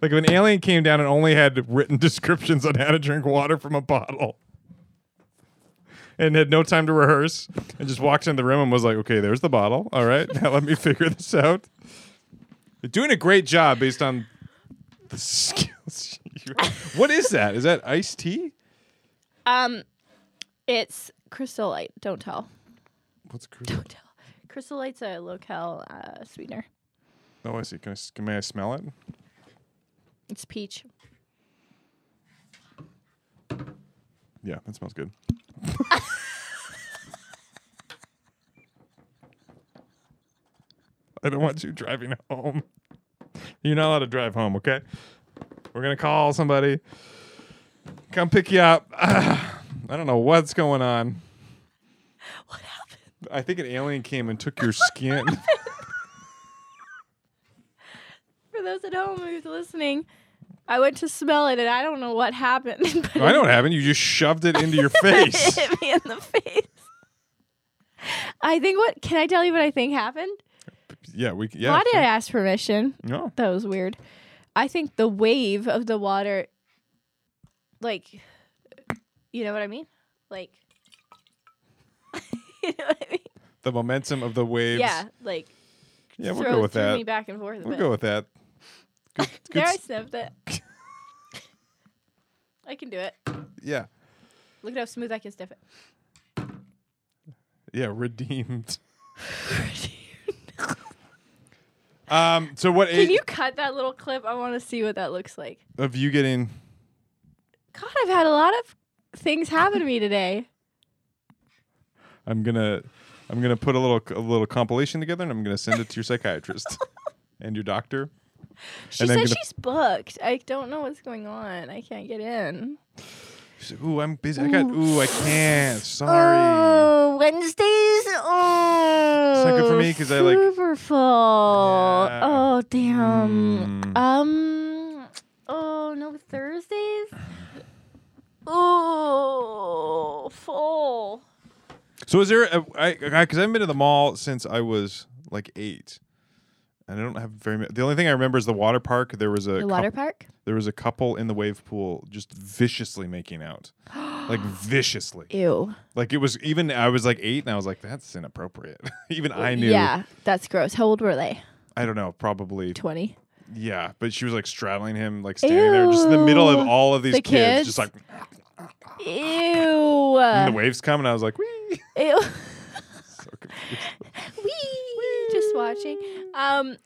[SPEAKER 5] Like if an alien came down and only had written descriptions on how to drink water from a bottle and had no time to rehearse and just walked into the room and was like, okay, there's the bottle. All right, now let me figure this out. You're doing a great job based on the skills. you- what is that? Is that iced tea?
[SPEAKER 7] Um, it's Crystal Light. Don't tell.
[SPEAKER 5] What's crucial?
[SPEAKER 7] Don't tell. Crystal Light's a locale uh, sweetener.
[SPEAKER 5] Oh, I see. Can I, s- can may I smell it?
[SPEAKER 7] It's peach.
[SPEAKER 5] Yeah, that smells good. I don't want you driving home. You're not allowed to drive home, okay? We're gonna call somebody. Come pick you up. I don't know what's going on.
[SPEAKER 7] What happened?
[SPEAKER 5] I think an alien came and took your skin.
[SPEAKER 7] For those at home who's listening, I went to smell it and I don't know what happened. but
[SPEAKER 5] I know what happened. You just shoved it into your face.
[SPEAKER 7] It hit me in the face. I think what can I tell you what I think happened?
[SPEAKER 5] Yeah, we. c- Yeah.
[SPEAKER 7] Why did
[SPEAKER 5] sure.
[SPEAKER 7] I ask permission?
[SPEAKER 5] No.
[SPEAKER 7] That was weird. I think the wave of the water, like, you know what I mean? Like, you know what I mean?
[SPEAKER 5] The momentum of the waves.
[SPEAKER 7] Yeah, like,
[SPEAKER 5] Yeah, we'll
[SPEAKER 7] throws
[SPEAKER 5] go with
[SPEAKER 7] threw
[SPEAKER 5] that.
[SPEAKER 7] me back and forth. a
[SPEAKER 5] We'll
[SPEAKER 7] bit.
[SPEAKER 5] go with that.
[SPEAKER 7] there, I
[SPEAKER 5] s-
[SPEAKER 7] sniffed it. I can do it.
[SPEAKER 5] Yeah.
[SPEAKER 7] Look at how smooth I can sniff it.
[SPEAKER 5] Yeah, redeemed. um. So what age
[SPEAKER 7] Can you cut that little clip? I want to see what that looks like.
[SPEAKER 5] of you getting?
[SPEAKER 7] God, I've had a lot of things happen to me today.
[SPEAKER 5] I'm gonna, I'm gonna put a little a little compilation together, and I'm gonna send it to your psychiatrist and your doctor.
[SPEAKER 7] She
[SPEAKER 5] And I'm
[SPEAKER 7] said
[SPEAKER 5] gonna-
[SPEAKER 7] she's booked. I don't know what's going on. I can't get in.
[SPEAKER 5] She's like, ooh, I'm busy. I got. Ooh, I can't.
[SPEAKER 7] Uh.
[SPEAKER 5] Sorry.
[SPEAKER 2] Oh, Wednesdays. Oh,
[SPEAKER 5] It's not good for me 'cause I, like-
[SPEAKER 2] super full.
[SPEAKER 5] Yeah.
[SPEAKER 2] Oh damn.
[SPEAKER 5] Mm.
[SPEAKER 2] Um. Oh no, Thursdays. Oh, full.
[SPEAKER 5] So is there? A, I because I haven't been to the mall since I was like eight, and I don't have very. much. The only thing I remember is the water park. There was a
[SPEAKER 7] The
[SPEAKER 5] cou-
[SPEAKER 7] water park?
[SPEAKER 5] there was a couple in the wave pool just viciously making out, like viciously.
[SPEAKER 7] Ew.
[SPEAKER 5] Like it was even I was like eight and I was like that's inappropriate. even I knew.
[SPEAKER 7] Uh, Yeah, that's gross. How old were they?
[SPEAKER 5] I don't know. Probably.
[SPEAKER 7] 20.
[SPEAKER 5] Yeah, but she was like straddling him, like standing there, just in the middle of
[SPEAKER 7] Ew.
[SPEAKER 5] all of these
[SPEAKER 7] The
[SPEAKER 5] kids, just like
[SPEAKER 7] kids? Uh. Ew.
[SPEAKER 5] and the waves come, and I was like, Wee.
[SPEAKER 7] Ew.
[SPEAKER 5] So confused.
[SPEAKER 7] Wee. Just watching. Um,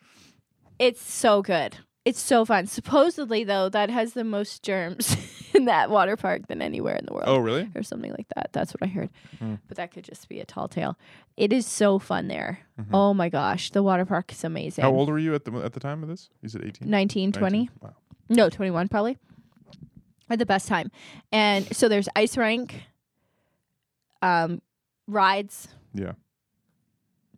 [SPEAKER 7] it's so good. It's so fun. Supposedly, though, that has the most germs in that water park than anywhere in the world.
[SPEAKER 5] oh Hmm. really?
[SPEAKER 7] or something like that. That's what I heard. But that could just be a tall tale. It is so fun there. Oh my gosh, the water park is amazing.
[SPEAKER 5] Mm-hmm. How old were you at the at the time of this? You said eighteen.
[SPEAKER 7] 19, 20?
[SPEAKER 5] 19? Wow.
[SPEAKER 7] No, 21 probably. At the best time. And so there's ice rink um rides.
[SPEAKER 5] Yeah.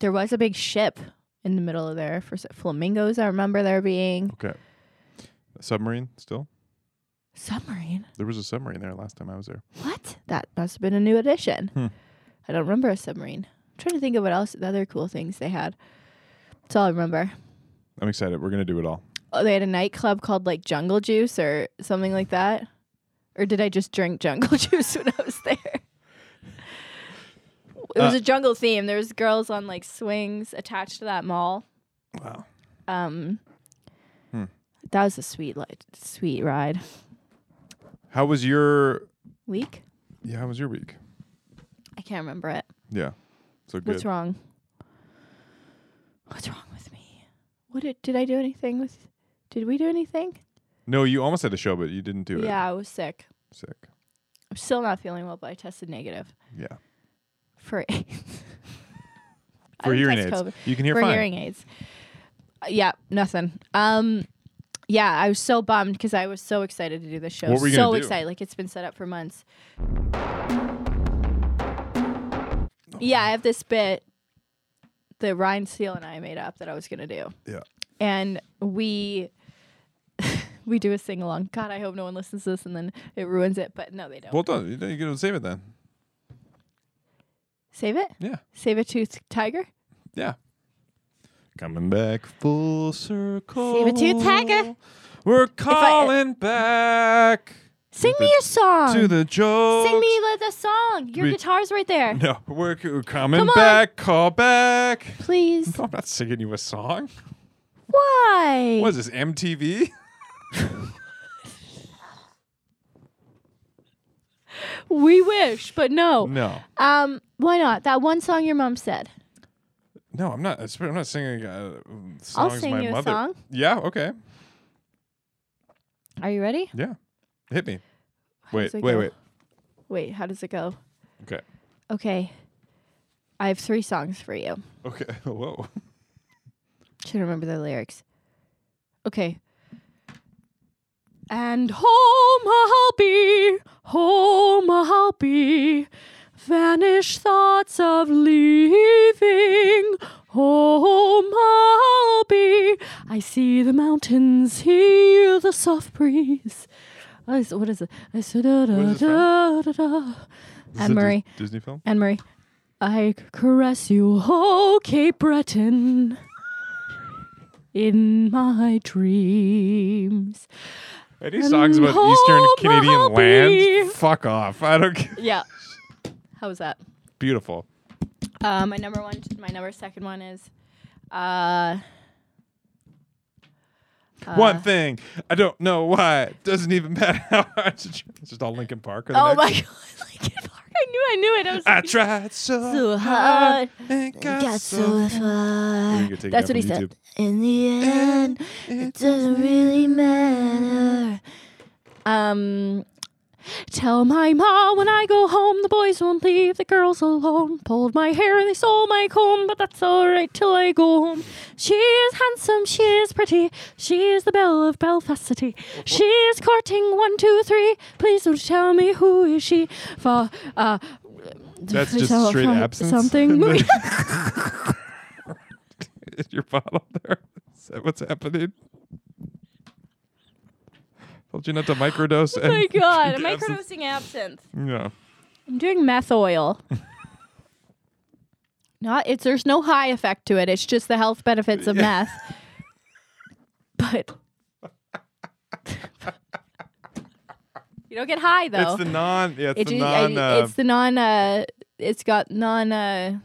[SPEAKER 7] There was a big ship in the middle of there for s- flamingos I remember there being
[SPEAKER 5] Okay. Submarine still?
[SPEAKER 7] submarine.
[SPEAKER 5] There was a submarine there last time I was there.
[SPEAKER 7] What? That must have been a new addition.
[SPEAKER 5] Hmm.
[SPEAKER 7] I don't remember a submarine. I'm trying to think of what else the other cool things they had. That's all I remember.
[SPEAKER 5] I'm excited. We're gonna do it all.
[SPEAKER 7] Oh, they had a nightclub called like Jungle Juice or something like that. Or did I just drink jungle juice when I was there? It was
[SPEAKER 5] Uh,
[SPEAKER 7] a jungle theme. There was girls on like swings attached to that mall.
[SPEAKER 5] Wow.
[SPEAKER 7] Um,
[SPEAKER 5] Hmm.
[SPEAKER 7] that was a sweet, like, sweet ride.
[SPEAKER 5] How was your?
[SPEAKER 7] Week?
[SPEAKER 5] Yeah, how was your week?
[SPEAKER 7] I can't remember it.
[SPEAKER 5] Yeah. So good.
[SPEAKER 7] What's wrong? What's wrong with me? What did did I do anything with? Did we do anything?
[SPEAKER 5] No, you almost had a show, but you didn't do it.
[SPEAKER 7] Yeah, I was sick.
[SPEAKER 5] Sick.
[SPEAKER 7] I'm still not feeling well, but I tested negative.
[SPEAKER 5] Yeah.
[SPEAKER 7] for AIDS. I
[SPEAKER 5] For
[SPEAKER 7] didn't
[SPEAKER 5] hearing
[SPEAKER 7] catch
[SPEAKER 5] aids.
[SPEAKER 7] COVID.
[SPEAKER 5] You can hear
[SPEAKER 7] for
[SPEAKER 5] fine.
[SPEAKER 7] hearing aids. Uh, Yeah, nothing. Um, yeah, I was so bummed because I was so excited to do this show.
[SPEAKER 5] What were you
[SPEAKER 7] so
[SPEAKER 5] gonna do?
[SPEAKER 7] excited, like it's been set up for months. Yeah, I have this bit that Ryan Steele and I made up that I was gonna do,
[SPEAKER 5] Yeah.
[SPEAKER 7] and we we do a sing along. God, I hope no one listens to this and then it ruins it. But no, they don't.
[SPEAKER 5] Well done. You you can save it then.
[SPEAKER 7] Save it.
[SPEAKER 5] Yeah.
[SPEAKER 7] Save a tooth tiger.
[SPEAKER 5] Yeah. Coming back full circle.
[SPEAKER 7] Save it to your tiger. uh,
[SPEAKER 5] We're calling back
[SPEAKER 7] Sing
[SPEAKER 5] With
[SPEAKER 7] me
[SPEAKER 5] the-
[SPEAKER 7] your song.
[SPEAKER 5] to the joke.
[SPEAKER 7] Sing me the, the song. Your
[SPEAKER 5] We-
[SPEAKER 7] guitar's right there.
[SPEAKER 5] No, we're c- coming
[SPEAKER 7] Come on.
[SPEAKER 5] back. Call back.
[SPEAKER 7] Please.
[SPEAKER 5] No, I'm not singing you a song.
[SPEAKER 7] Why?
[SPEAKER 5] What is this, MTV?
[SPEAKER 7] We wish, but no.
[SPEAKER 5] No.
[SPEAKER 7] Um, why not? That one song your mom said.
[SPEAKER 5] No, I'm not. I'm not singing uh, songs
[SPEAKER 7] sing
[SPEAKER 5] my
[SPEAKER 7] you a
[SPEAKER 5] mother.
[SPEAKER 7] song.
[SPEAKER 5] Yeah, okay.
[SPEAKER 7] Are you ready?
[SPEAKER 5] Yeah. Hit me. Wait,
[SPEAKER 7] does it
[SPEAKER 5] wait,
[SPEAKER 7] go?
[SPEAKER 5] wait.
[SPEAKER 7] Wait, how does it go?
[SPEAKER 5] Okay.
[SPEAKER 7] Okay. I have three songs for you.
[SPEAKER 5] Okay. Whoa.
[SPEAKER 7] Should remember the lyrics. Okay. And home I'll be, home I'll be. Vanish thoughts of leaving, home I'll be. I see the mountains, hear the soft breeze. I s- What is it? I said, da, da,
[SPEAKER 5] is this
[SPEAKER 7] da, da, da.
[SPEAKER 5] Is this a
[SPEAKER 7] Anne Marie.
[SPEAKER 5] Dis- Disney film?
[SPEAKER 7] Anne Marie, I caress you, oh Cape Breton, in my dreams.
[SPEAKER 5] Any songs about
[SPEAKER 7] home
[SPEAKER 5] Eastern Canadian
[SPEAKER 7] I'll be.
[SPEAKER 5] land? Fuck off. I don't care.
[SPEAKER 7] Yeah. How was that?
[SPEAKER 5] Beautiful.
[SPEAKER 7] Uh, my number one, my number second one is Uh.
[SPEAKER 5] One thing I don't know why it doesn't even matter how hard to try. it's just all Linkin Park. or the
[SPEAKER 7] Oh
[SPEAKER 5] next-
[SPEAKER 7] my god, Linkin Park. I knew I knew it. I was
[SPEAKER 5] I
[SPEAKER 7] like,
[SPEAKER 5] tried so,
[SPEAKER 7] so hard,
[SPEAKER 5] and got
[SPEAKER 7] got
[SPEAKER 5] so.
[SPEAKER 7] so far.
[SPEAKER 5] You can take
[SPEAKER 7] That's
[SPEAKER 5] that
[SPEAKER 7] what he
[SPEAKER 5] from
[SPEAKER 7] said.
[SPEAKER 5] YouTube.
[SPEAKER 7] In the end, it doesn't really matter. Um, tell my ma when I go home, the boys won't leave the girls alone. Pulled my hair, they stole my comb, but that's alright till I go home. She is handsome, she is pretty, she is the belle of Belfast City. She is courting one, two, three. Please don't tell me who is she for. Uh,
[SPEAKER 5] That's
[SPEAKER 7] for
[SPEAKER 5] just
[SPEAKER 7] some-
[SPEAKER 5] straight
[SPEAKER 7] from
[SPEAKER 5] absence.
[SPEAKER 7] Something.
[SPEAKER 5] Is your bottle there? Is that what's happening? Told you not to microdose.
[SPEAKER 7] Oh my god, am I
[SPEAKER 5] absinthe.
[SPEAKER 7] microdosing absinthe?
[SPEAKER 5] Yeah.
[SPEAKER 7] I'm doing meth oil. Not it's there's no high effect to it. It's just the health benefits of meth. But you don't get high though.
[SPEAKER 5] It's the non. Yeah, it's
[SPEAKER 7] It
[SPEAKER 5] the
[SPEAKER 7] ju- I-
[SPEAKER 5] non. uh,
[SPEAKER 7] it's the non. Uh, it's got non. Uh,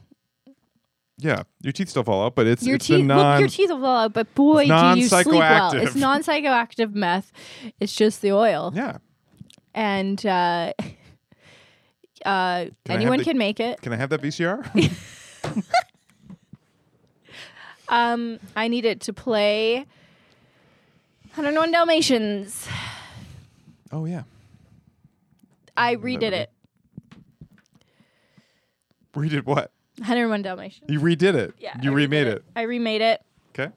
[SPEAKER 5] yeah, your teeth still fall out, but it's
[SPEAKER 7] your
[SPEAKER 5] it's
[SPEAKER 7] teeth.
[SPEAKER 5] the non.
[SPEAKER 7] Look, your teeth will fall out, but boy, do you sleep well.
[SPEAKER 5] non-psychoactive.
[SPEAKER 7] It's non psychoactive meth. It's just the oil.
[SPEAKER 5] yeah.
[SPEAKER 7] and uh, uh,
[SPEAKER 5] have
[SPEAKER 7] anyone
[SPEAKER 5] the-
[SPEAKER 7] can make it.
[SPEAKER 5] Can I have that VCR?
[SPEAKER 7] Um, I need it to play 101 Dalmatians.
[SPEAKER 5] oh yeah.
[SPEAKER 7] I redid it.
[SPEAKER 5] Redid what?
[SPEAKER 7] 101 Dalmatians.
[SPEAKER 5] You redid it.
[SPEAKER 7] Yeah,
[SPEAKER 5] You
[SPEAKER 7] I redid
[SPEAKER 5] remade it.
[SPEAKER 7] I remade it.
[SPEAKER 5] Okay.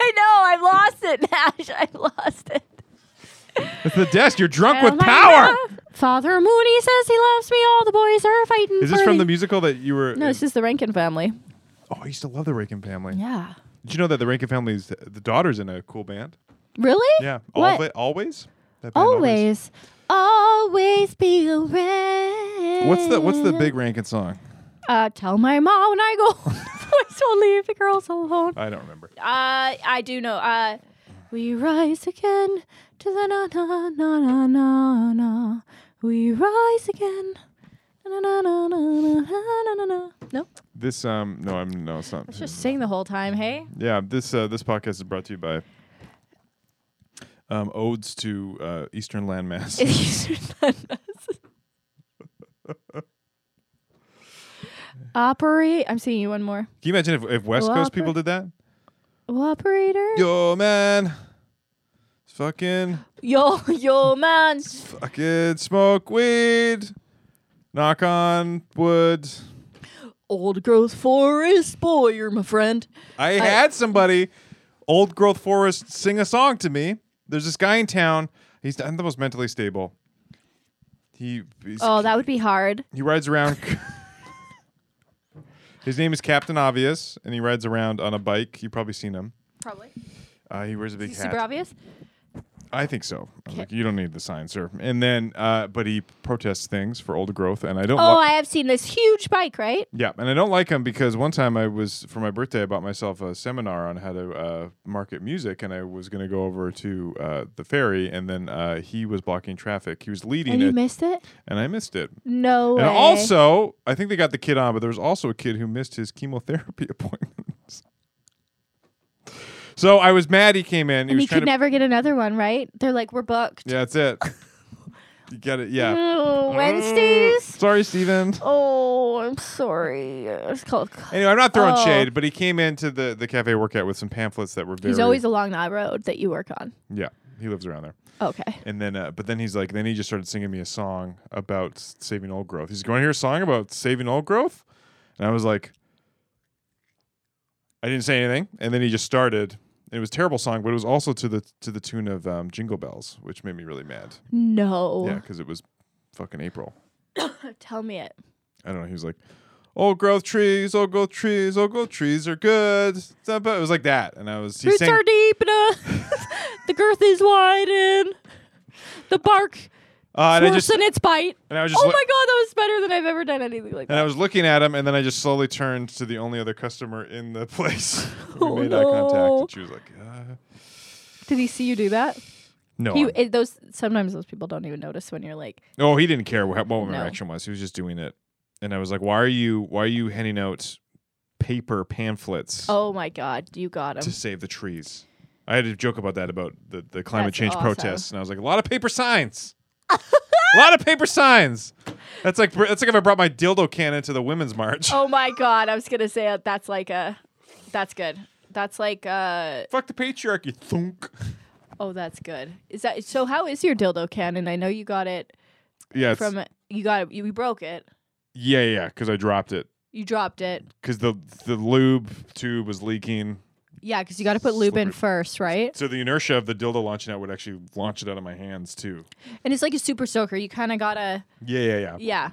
[SPEAKER 2] I know. I've lost it, Nash. I lost it.
[SPEAKER 5] It's the desk. You're drunk
[SPEAKER 7] Oh
[SPEAKER 5] with
[SPEAKER 7] my
[SPEAKER 5] power.
[SPEAKER 7] God. Father Mooney says he loves me. All the boys are fighting.
[SPEAKER 5] Is this
[SPEAKER 7] for
[SPEAKER 5] from the
[SPEAKER 7] me.
[SPEAKER 5] musical that you were?
[SPEAKER 7] No, this is the Rankin family.
[SPEAKER 5] oh, I used to love the Rankin Family.
[SPEAKER 7] Yeah.
[SPEAKER 5] Did you know that the Rankin Family's the daughter's in a cool band?
[SPEAKER 7] Really?
[SPEAKER 5] Yeah.
[SPEAKER 7] What?
[SPEAKER 5] Alwa- always. That band
[SPEAKER 7] Always, always be around.
[SPEAKER 5] What's the What's the big Rankin song?
[SPEAKER 7] Uh, tell my mom when I go. home, the boys will leave the girls alone.
[SPEAKER 5] I don't remember.
[SPEAKER 7] Uh, I do know. Uh, we rise again to the na na na na na na. We rise again. Na na na na na na na na. No,
[SPEAKER 5] This um no I'm no it's not.
[SPEAKER 7] just sing the whole time. Hey,
[SPEAKER 5] Yeah, this uh, this podcast is brought to you by um, odes to uh, Eastern landmass.
[SPEAKER 7] operate. I'm seeing you one more.
[SPEAKER 5] Can you imagine if, if West
[SPEAKER 7] Well,
[SPEAKER 5] Coast
[SPEAKER 7] oper-
[SPEAKER 5] people did that?
[SPEAKER 7] Operator.
[SPEAKER 5] Yo man, fucking
[SPEAKER 7] Yo, yo, man.
[SPEAKER 5] fucking smoke weed. Knock on wood.
[SPEAKER 7] Old growth forest boy, you're my friend.
[SPEAKER 5] I had somebody, old growth forest, sing a song to me. There's this guy in town. He's not the most mentally stable. He he's,
[SPEAKER 7] Oh, that would be hard.
[SPEAKER 5] he rides around. His name is Captain Obvious, and he rides around on a bike. You've probably seen him.
[SPEAKER 7] Probably.
[SPEAKER 5] Uh, he wears a big hat.
[SPEAKER 7] Super obvious.
[SPEAKER 5] I think so. I was like, you don't need the sign, sir. And then, uh, but he protests things for old growth, and I don't.
[SPEAKER 7] Oh,
[SPEAKER 5] li-
[SPEAKER 7] I have seen this huge bike, right?
[SPEAKER 5] Yeah, and I don't like him because one time I was for my birthday I bought myself a seminar on how to uh, market music, and I was going to go over to uh, the ferry, and then uh, he was blocking traffic. He was leading
[SPEAKER 7] And you
[SPEAKER 5] it,
[SPEAKER 7] missed it?
[SPEAKER 5] and I missed it.
[SPEAKER 7] No
[SPEAKER 5] And
[SPEAKER 7] way.
[SPEAKER 5] also, I think they got the kid on, but there was also a kid who missed his chemotherapy appointments. So I was mad he came in. He
[SPEAKER 7] and
[SPEAKER 5] was
[SPEAKER 7] he
[SPEAKER 5] trying
[SPEAKER 7] could
[SPEAKER 5] to.
[SPEAKER 7] never get another one, right? They're like, we're booked.
[SPEAKER 5] yeah, Mm. that's it. you got it. Yeah.
[SPEAKER 2] Oh, Wednesdays.
[SPEAKER 5] Mm, Sorry, Steven.
[SPEAKER 2] Oh, I'm sorry. It's called.
[SPEAKER 5] Anyway, I'm not throwing
[SPEAKER 7] Oh.
[SPEAKER 5] shade, but he came into the the cafe workout with some pamphlets that were very.
[SPEAKER 7] He's always along that road that you work on.
[SPEAKER 5] Yeah, he lives around there.
[SPEAKER 7] Okay.
[SPEAKER 5] And then, uh, but then he's like, then he just started singing me a song about s- saving old growth. He's going to hear a song about saving old growth, and I was like, I didn't say anything. And then he just started. It was a terrible song, but it was also to the to the tune of um, Jingle Bells, which made me really mad.
[SPEAKER 7] No.
[SPEAKER 5] Yeah, because it was fucking April.
[SPEAKER 7] Tell me it.
[SPEAKER 5] I don't know. He was like, old growth trees, old growth trees, old growth trees are good. It's not bad. It was like that, and I was he
[SPEAKER 7] Roots
[SPEAKER 5] sang-
[SPEAKER 7] are deep and uh, the girth is wide and the bark
[SPEAKER 5] uh, and I
[SPEAKER 7] worse
[SPEAKER 5] just
[SPEAKER 7] than its bite.
[SPEAKER 5] and I was just
[SPEAKER 7] Oh my
[SPEAKER 5] li-
[SPEAKER 7] god, that was better than I've ever done anything like
[SPEAKER 5] And
[SPEAKER 7] that.
[SPEAKER 5] I was looking at him, and then I just slowly turned to the only other customer in the place. we
[SPEAKER 7] Oh,
[SPEAKER 5] made eye contact,
[SPEAKER 7] no.
[SPEAKER 5] and she was like, uh,
[SPEAKER 7] Did he see you do that?
[SPEAKER 5] "No."
[SPEAKER 7] He,
[SPEAKER 5] I'm-
[SPEAKER 7] it, those sometimes those people don't even notice when you're like,
[SPEAKER 5] oh, he didn't care what, what my
[SPEAKER 7] No.
[SPEAKER 5] reaction was. He was just doing it, and I was like, "Why are you? Why are you handing out paper pamphlets
[SPEAKER 7] Oh my God, you got him.
[SPEAKER 5] to save the trees. I had a joke about that about the, the climate
[SPEAKER 7] That's
[SPEAKER 5] change
[SPEAKER 7] awesome.
[SPEAKER 5] protests, and I was like, a lot of paper signs, a lot of paper signs. That's like that's like if I brought my dildo cannon to the women's march.
[SPEAKER 7] Oh my God, I was gonna say uh, that's like a, that's good. That's like uh
[SPEAKER 5] Fuck the patriarchy, thunk.
[SPEAKER 7] oh that's good. Is that so? How is your dildo cannon? I know you got it
[SPEAKER 5] Yeah, it's,
[SPEAKER 7] from you got it. You, you broke it.
[SPEAKER 5] yeah, yeah, because I dropped it
[SPEAKER 7] You dropped it.
[SPEAKER 5] because the the lube tube was leaking,
[SPEAKER 6] Yeah, because you got to put lube in
[SPEAKER 5] Slippery.
[SPEAKER 6] first, right?
[SPEAKER 5] so the inertia of the dildo launching out would actually launch it out of my hands too.
[SPEAKER 6] And it's like a super soaker. You kind of gotta.
[SPEAKER 5] Yeah, yeah, yeah.
[SPEAKER 7] Yeah.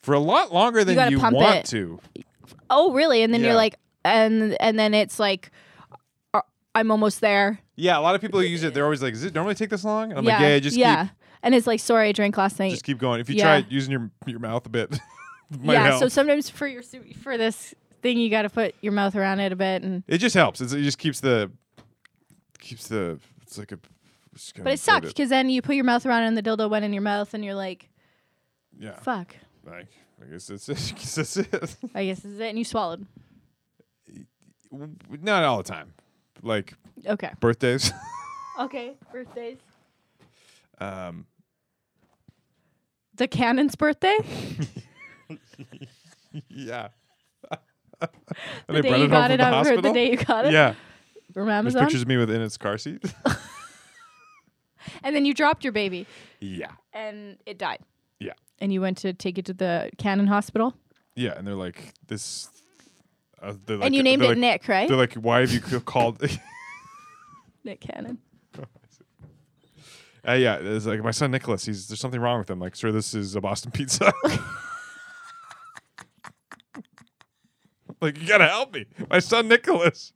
[SPEAKER 5] For a lot longer than
[SPEAKER 7] gotta
[SPEAKER 5] you,
[SPEAKER 7] pump
[SPEAKER 5] want
[SPEAKER 7] it.
[SPEAKER 5] to.
[SPEAKER 6] Oh, really? And then
[SPEAKER 5] Yeah.
[SPEAKER 6] you're like, and and then it's like, uh, I'm almost there.
[SPEAKER 5] Yeah, a lot of people who use it, they're always like, "Does it normally take this long?" And I'm like,
[SPEAKER 7] Yeah,
[SPEAKER 5] "Yeah, just
[SPEAKER 7] yeah.
[SPEAKER 5] keep
[SPEAKER 7] and it's like sorry, I drank last night.
[SPEAKER 5] just keep going. If you
[SPEAKER 7] Yeah.
[SPEAKER 5] try using your your mouth a bit, might
[SPEAKER 7] yeah.
[SPEAKER 5] help.
[SPEAKER 7] So sometimes for your su- for this thing, you got to put your mouth around it a bit, and
[SPEAKER 5] it just helps. It's, it just keeps the keeps the. It's like a. it's kinda
[SPEAKER 7] but
[SPEAKER 5] hard
[SPEAKER 7] it sucked
[SPEAKER 5] to-
[SPEAKER 7] because then you put your mouth around it and the dildo went in your mouth, and you're like,
[SPEAKER 5] Yeah,
[SPEAKER 7] fuck.
[SPEAKER 5] like I guess that's it. I guess that's it.
[SPEAKER 7] I guess this is it, and you swallowed.
[SPEAKER 5] Not all the time, like
[SPEAKER 7] Okay.
[SPEAKER 5] birthdays.
[SPEAKER 7] Okay. Birthdays.
[SPEAKER 5] um,
[SPEAKER 7] The cannon's birthday.
[SPEAKER 5] yeah.
[SPEAKER 7] The day you got it out for the day you got it.
[SPEAKER 5] Yeah,
[SPEAKER 7] From
[SPEAKER 5] there's
[SPEAKER 7] Amazon.
[SPEAKER 5] pictures of me with in its car seat.
[SPEAKER 7] And then you dropped your baby,
[SPEAKER 5] yeah,
[SPEAKER 7] and it died.
[SPEAKER 5] yeah,
[SPEAKER 7] And you went to take it to the Cannon Hospital,
[SPEAKER 5] yeah, and they're like this. Uh, they're like,
[SPEAKER 7] and you named it
[SPEAKER 5] they're like-
[SPEAKER 7] Nick, right?
[SPEAKER 5] They're like, "Why have you c- called?"
[SPEAKER 7] Nick Cannon.
[SPEAKER 5] Uh, yeah, it's like my son Nicholas. He's there's something wrong with him. Like, sir, this is a Boston pizza. like, you gotta help me, my son Nicholas.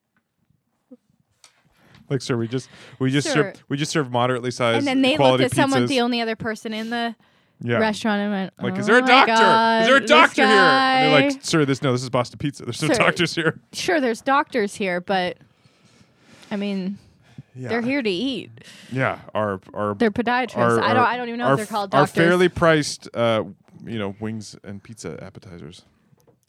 [SPEAKER 5] Like, sir, we just we just
[SPEAKER 7] Sir.
[SPEAKER 5] serve we just serve moderately sized
[SPEAKER 7] And then they looked
[SPEAKER 5] quality
[SPEAKER 7] at someone,
[SPEAKER 5] pizzas.
[SPEAKER 7] the only other person in the
[SPEAKER 5] yeah.
[SPEAKER 7] restaurant, and went,
[SPEAKER 5] Like, is
[SPEAKER 7] "Oh
[SPEAKER 5] there a
[SPEAKER 7] my
[SPEAKER 5] doctor? is there a
[SPEAKER 7] God,
[SPEAKER 5] doctor
[SPEAKER 7] this
[SPEAKER 5] here? And they're
[SPEAKER 7] guy."
[SPEAKER 5] like, sir, this no, this is Boston pizza. There's no
[SPEAKER 7] Sir.
[SPEAKER 5] doctors here.
[SPEAKER 7] sure there's doctors here, but I mean,
[SPEAKER 5] Yeah,
[SPEAKER 7] they're here to eat.
[SPEAKER 5] Yeah, our our
[SPEAKER 7] They're podiatrists.
[SPEAKER 5] our-
[SPEAKER 7] I
[SPEAKER 5] our-
[SPEAKER 7] don't I don't even know
[SPEAKER 5] our
[SPEAKER 7] if they're
[SPEAKER 5] f-
[SPEAKER 7] called
[SPEAKER 5] Our
[SPEAKER 7] doctors.
[SPEAKER 5] fairly priced, uh, you know, wings and pizza appetizers.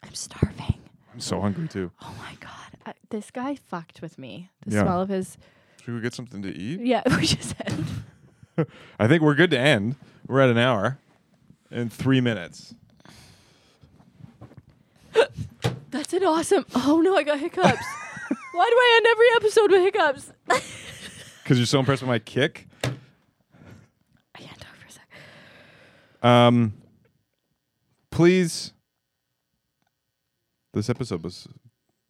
[SPEAKER 7] I'm starving.
[SPEAKER 5] I'm so hungry too.
[SPEAKER 7] Oh my god. I, this guy fucked with me. The
[SPEAKER 5] Yeah.
[SPEAKER 7] smell of his
[SPEAKER 5] Should we get something to eat?
[SPEAKER 7] Yeah, we just said.
[SPEAKER 5] I think we're good to end. We're at an hour and three minutes.
[SPEAKER 7] That's an awesome. Oh no, I got hiccups. Why do I end every episode with hiccups?
[SPEAKER 5] Because you're so impressed with my kick.
[SPEAKER 7] I can't talk for a second.
[SPEAKER 5] Um, please. This episode was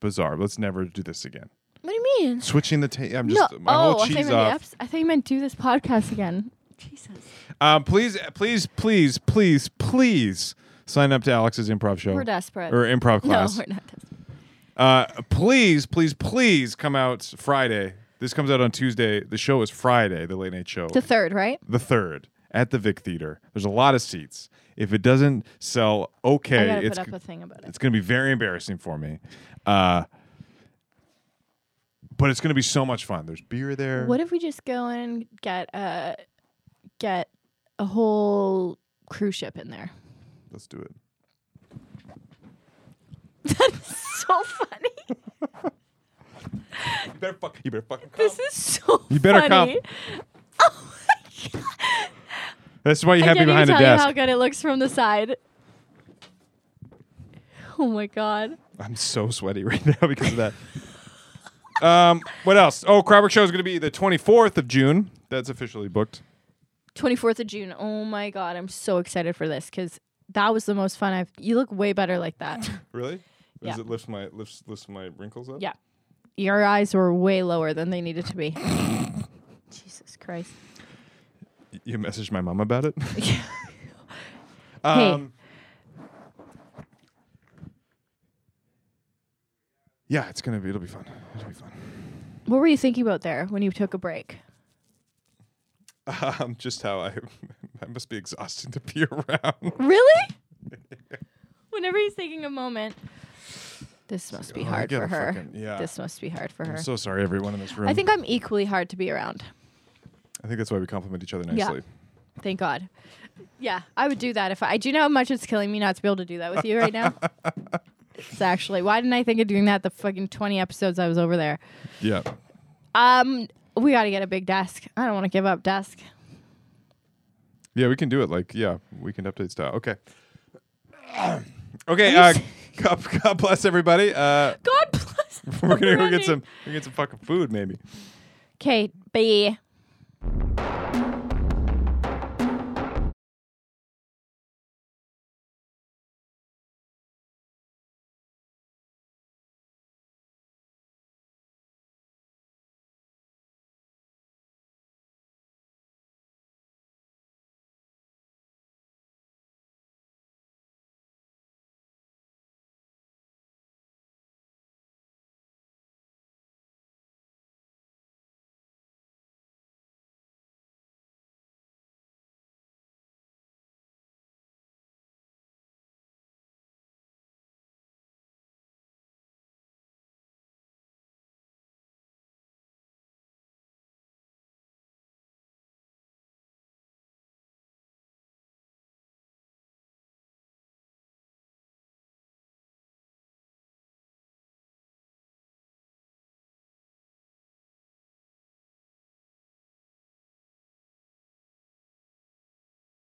[SPEAKER 5] bizarre. Let's never do this again.
[SPEAKER 7] What do you mean?
[SPEAKER 5] Switching the tape. I'm just
[SPEAKER 7] no.
[SPEAKER 5] my
[SPEAKER 7] oh,
[SPEAKER 5] whole
[SPEAKER 7] I, thought you
[SPEAKER 5] cheese
[SPEAKER 7] meant the
[SPEAKER 5] off.
[SPEAKER 7] eps- I thought you meant do this podcast again. Jesus.
[SPEAKER 5] Um, please, please, please, please, please sign up to Alex's improv show
[SPEAKER 7] We're desperate.
[SPEAKER 5] or improv
[SPEAKER 7] no,
[SPEAKER 5] class.
[SPEAKER 7] we're not desperate.
[SPEAKER 5] Uh, please, please, please come out Friday. This comes out on Tuesday. The show is Friday, the late night show.
[SPEAKER 7] The third, right?
[SPEAKER 5] the third at the Vic Theater. There's a lot of seats. If it doesn't sell,
[SPEAKER 7] I
[SPEAKER 5] okay,
[SPEAKER 7] gotta
[SPEAKER 5] it's
[SPEAKER 7] put up a thing about it.
[SPEAKER 5] it's going to be very embarrassing for me. Uh, but it's going to be so much fun. There's beer there.
[SPEAKER 7] What if we just go and get a get a whole cruise ship in there?
[SPEAKER 5] Let's do it.
[SPEAKER 7] so funny.
[SPEAKER 5] You better fuck. You better fucking come.
[SPEAKER 7] This is so.
[SPEAKER 5] You better
[SPEAKER 7] funny.
[SPEAKER 5] That's why you
[SPEAKER 7] I
[SPEAKER 5] have me
[SPEAKER 7] can't even
[SPEAKER 5] behind a
[SPEAKER 7] tell you how
[SPEAKER 5] desk.
[SPEAKER 7] good it looks from the side. Oh my god.
[SPEAKER 5] I'm so sweaty right now because of that. um, what else? Oh, Crowdwork Show is going to be the 24th of June. That's officially booked.
[SPEAKER 7] 24th of June. Oh my god, I'm so excited for this cuz that was the most fun I've You look way better like that.
[SPEAKER 5] Really? Does
[SPEAKER 7] Yeah.
[SPEAKER 5] it lift my lifts lifts my wrinkles up?
[SPEAKER 7] yeah. Your eyes were way lower than they needed to be. Jesus Christ.
[SPEAKER 5] Y- You messaged my mom about it. Um,
[SPEAKER 7] Hey.
[SPEAKER 5] Yeah, it's gonna be. It'll be fun. It'll be fun.
[SPEAKER 7] What were you thinking about there when you took a break?
[SPEAKER 5] Um, just how I, I must be exhausting to be around.
[SPEAKER 7] Really? Whenever he's taking a moment. This must be
[SPEAKER 5] oh, I
[SPEAKER 7] hard
[SPEAKER 5] gotta
[SPEAKER 7] for her.
[SPEAKER 5] fucking- yeah.
[SPEAKER 7] This must be hard for her.
[SPEAKER 5] I'm so sorry, everyone in this room.
[SPEAKER 7] I think I'm equally hard to be around.
[SPEAKER 5] I think that's why we compliment each other
[SPEAKER 7] Yeah.
[SPEAKER 5] nicely.
[SPEAKER 7] Thank God. Yeah, I would do that if I, I do know how much it's killing me not to be able to do that with you right now. It's actually why didn't I think of doing that the fucking twenty episodes I was over there?
[SPEAKER 5] Yeah.
[SPEAKER 7] Um, we got to get a big desk. I don't want to give up desk.
[SPEAKER 5] Yeah, we can do it. Like, yeah, we can update style. Okay. okay. Uh, God, God bless everybody. Uh,
[SPEAKER 7] God bless.
[SPEAKER 5] we're gonna go get some. We get some fucking food, maybe.
[SPEAKER 7] Okay, bye.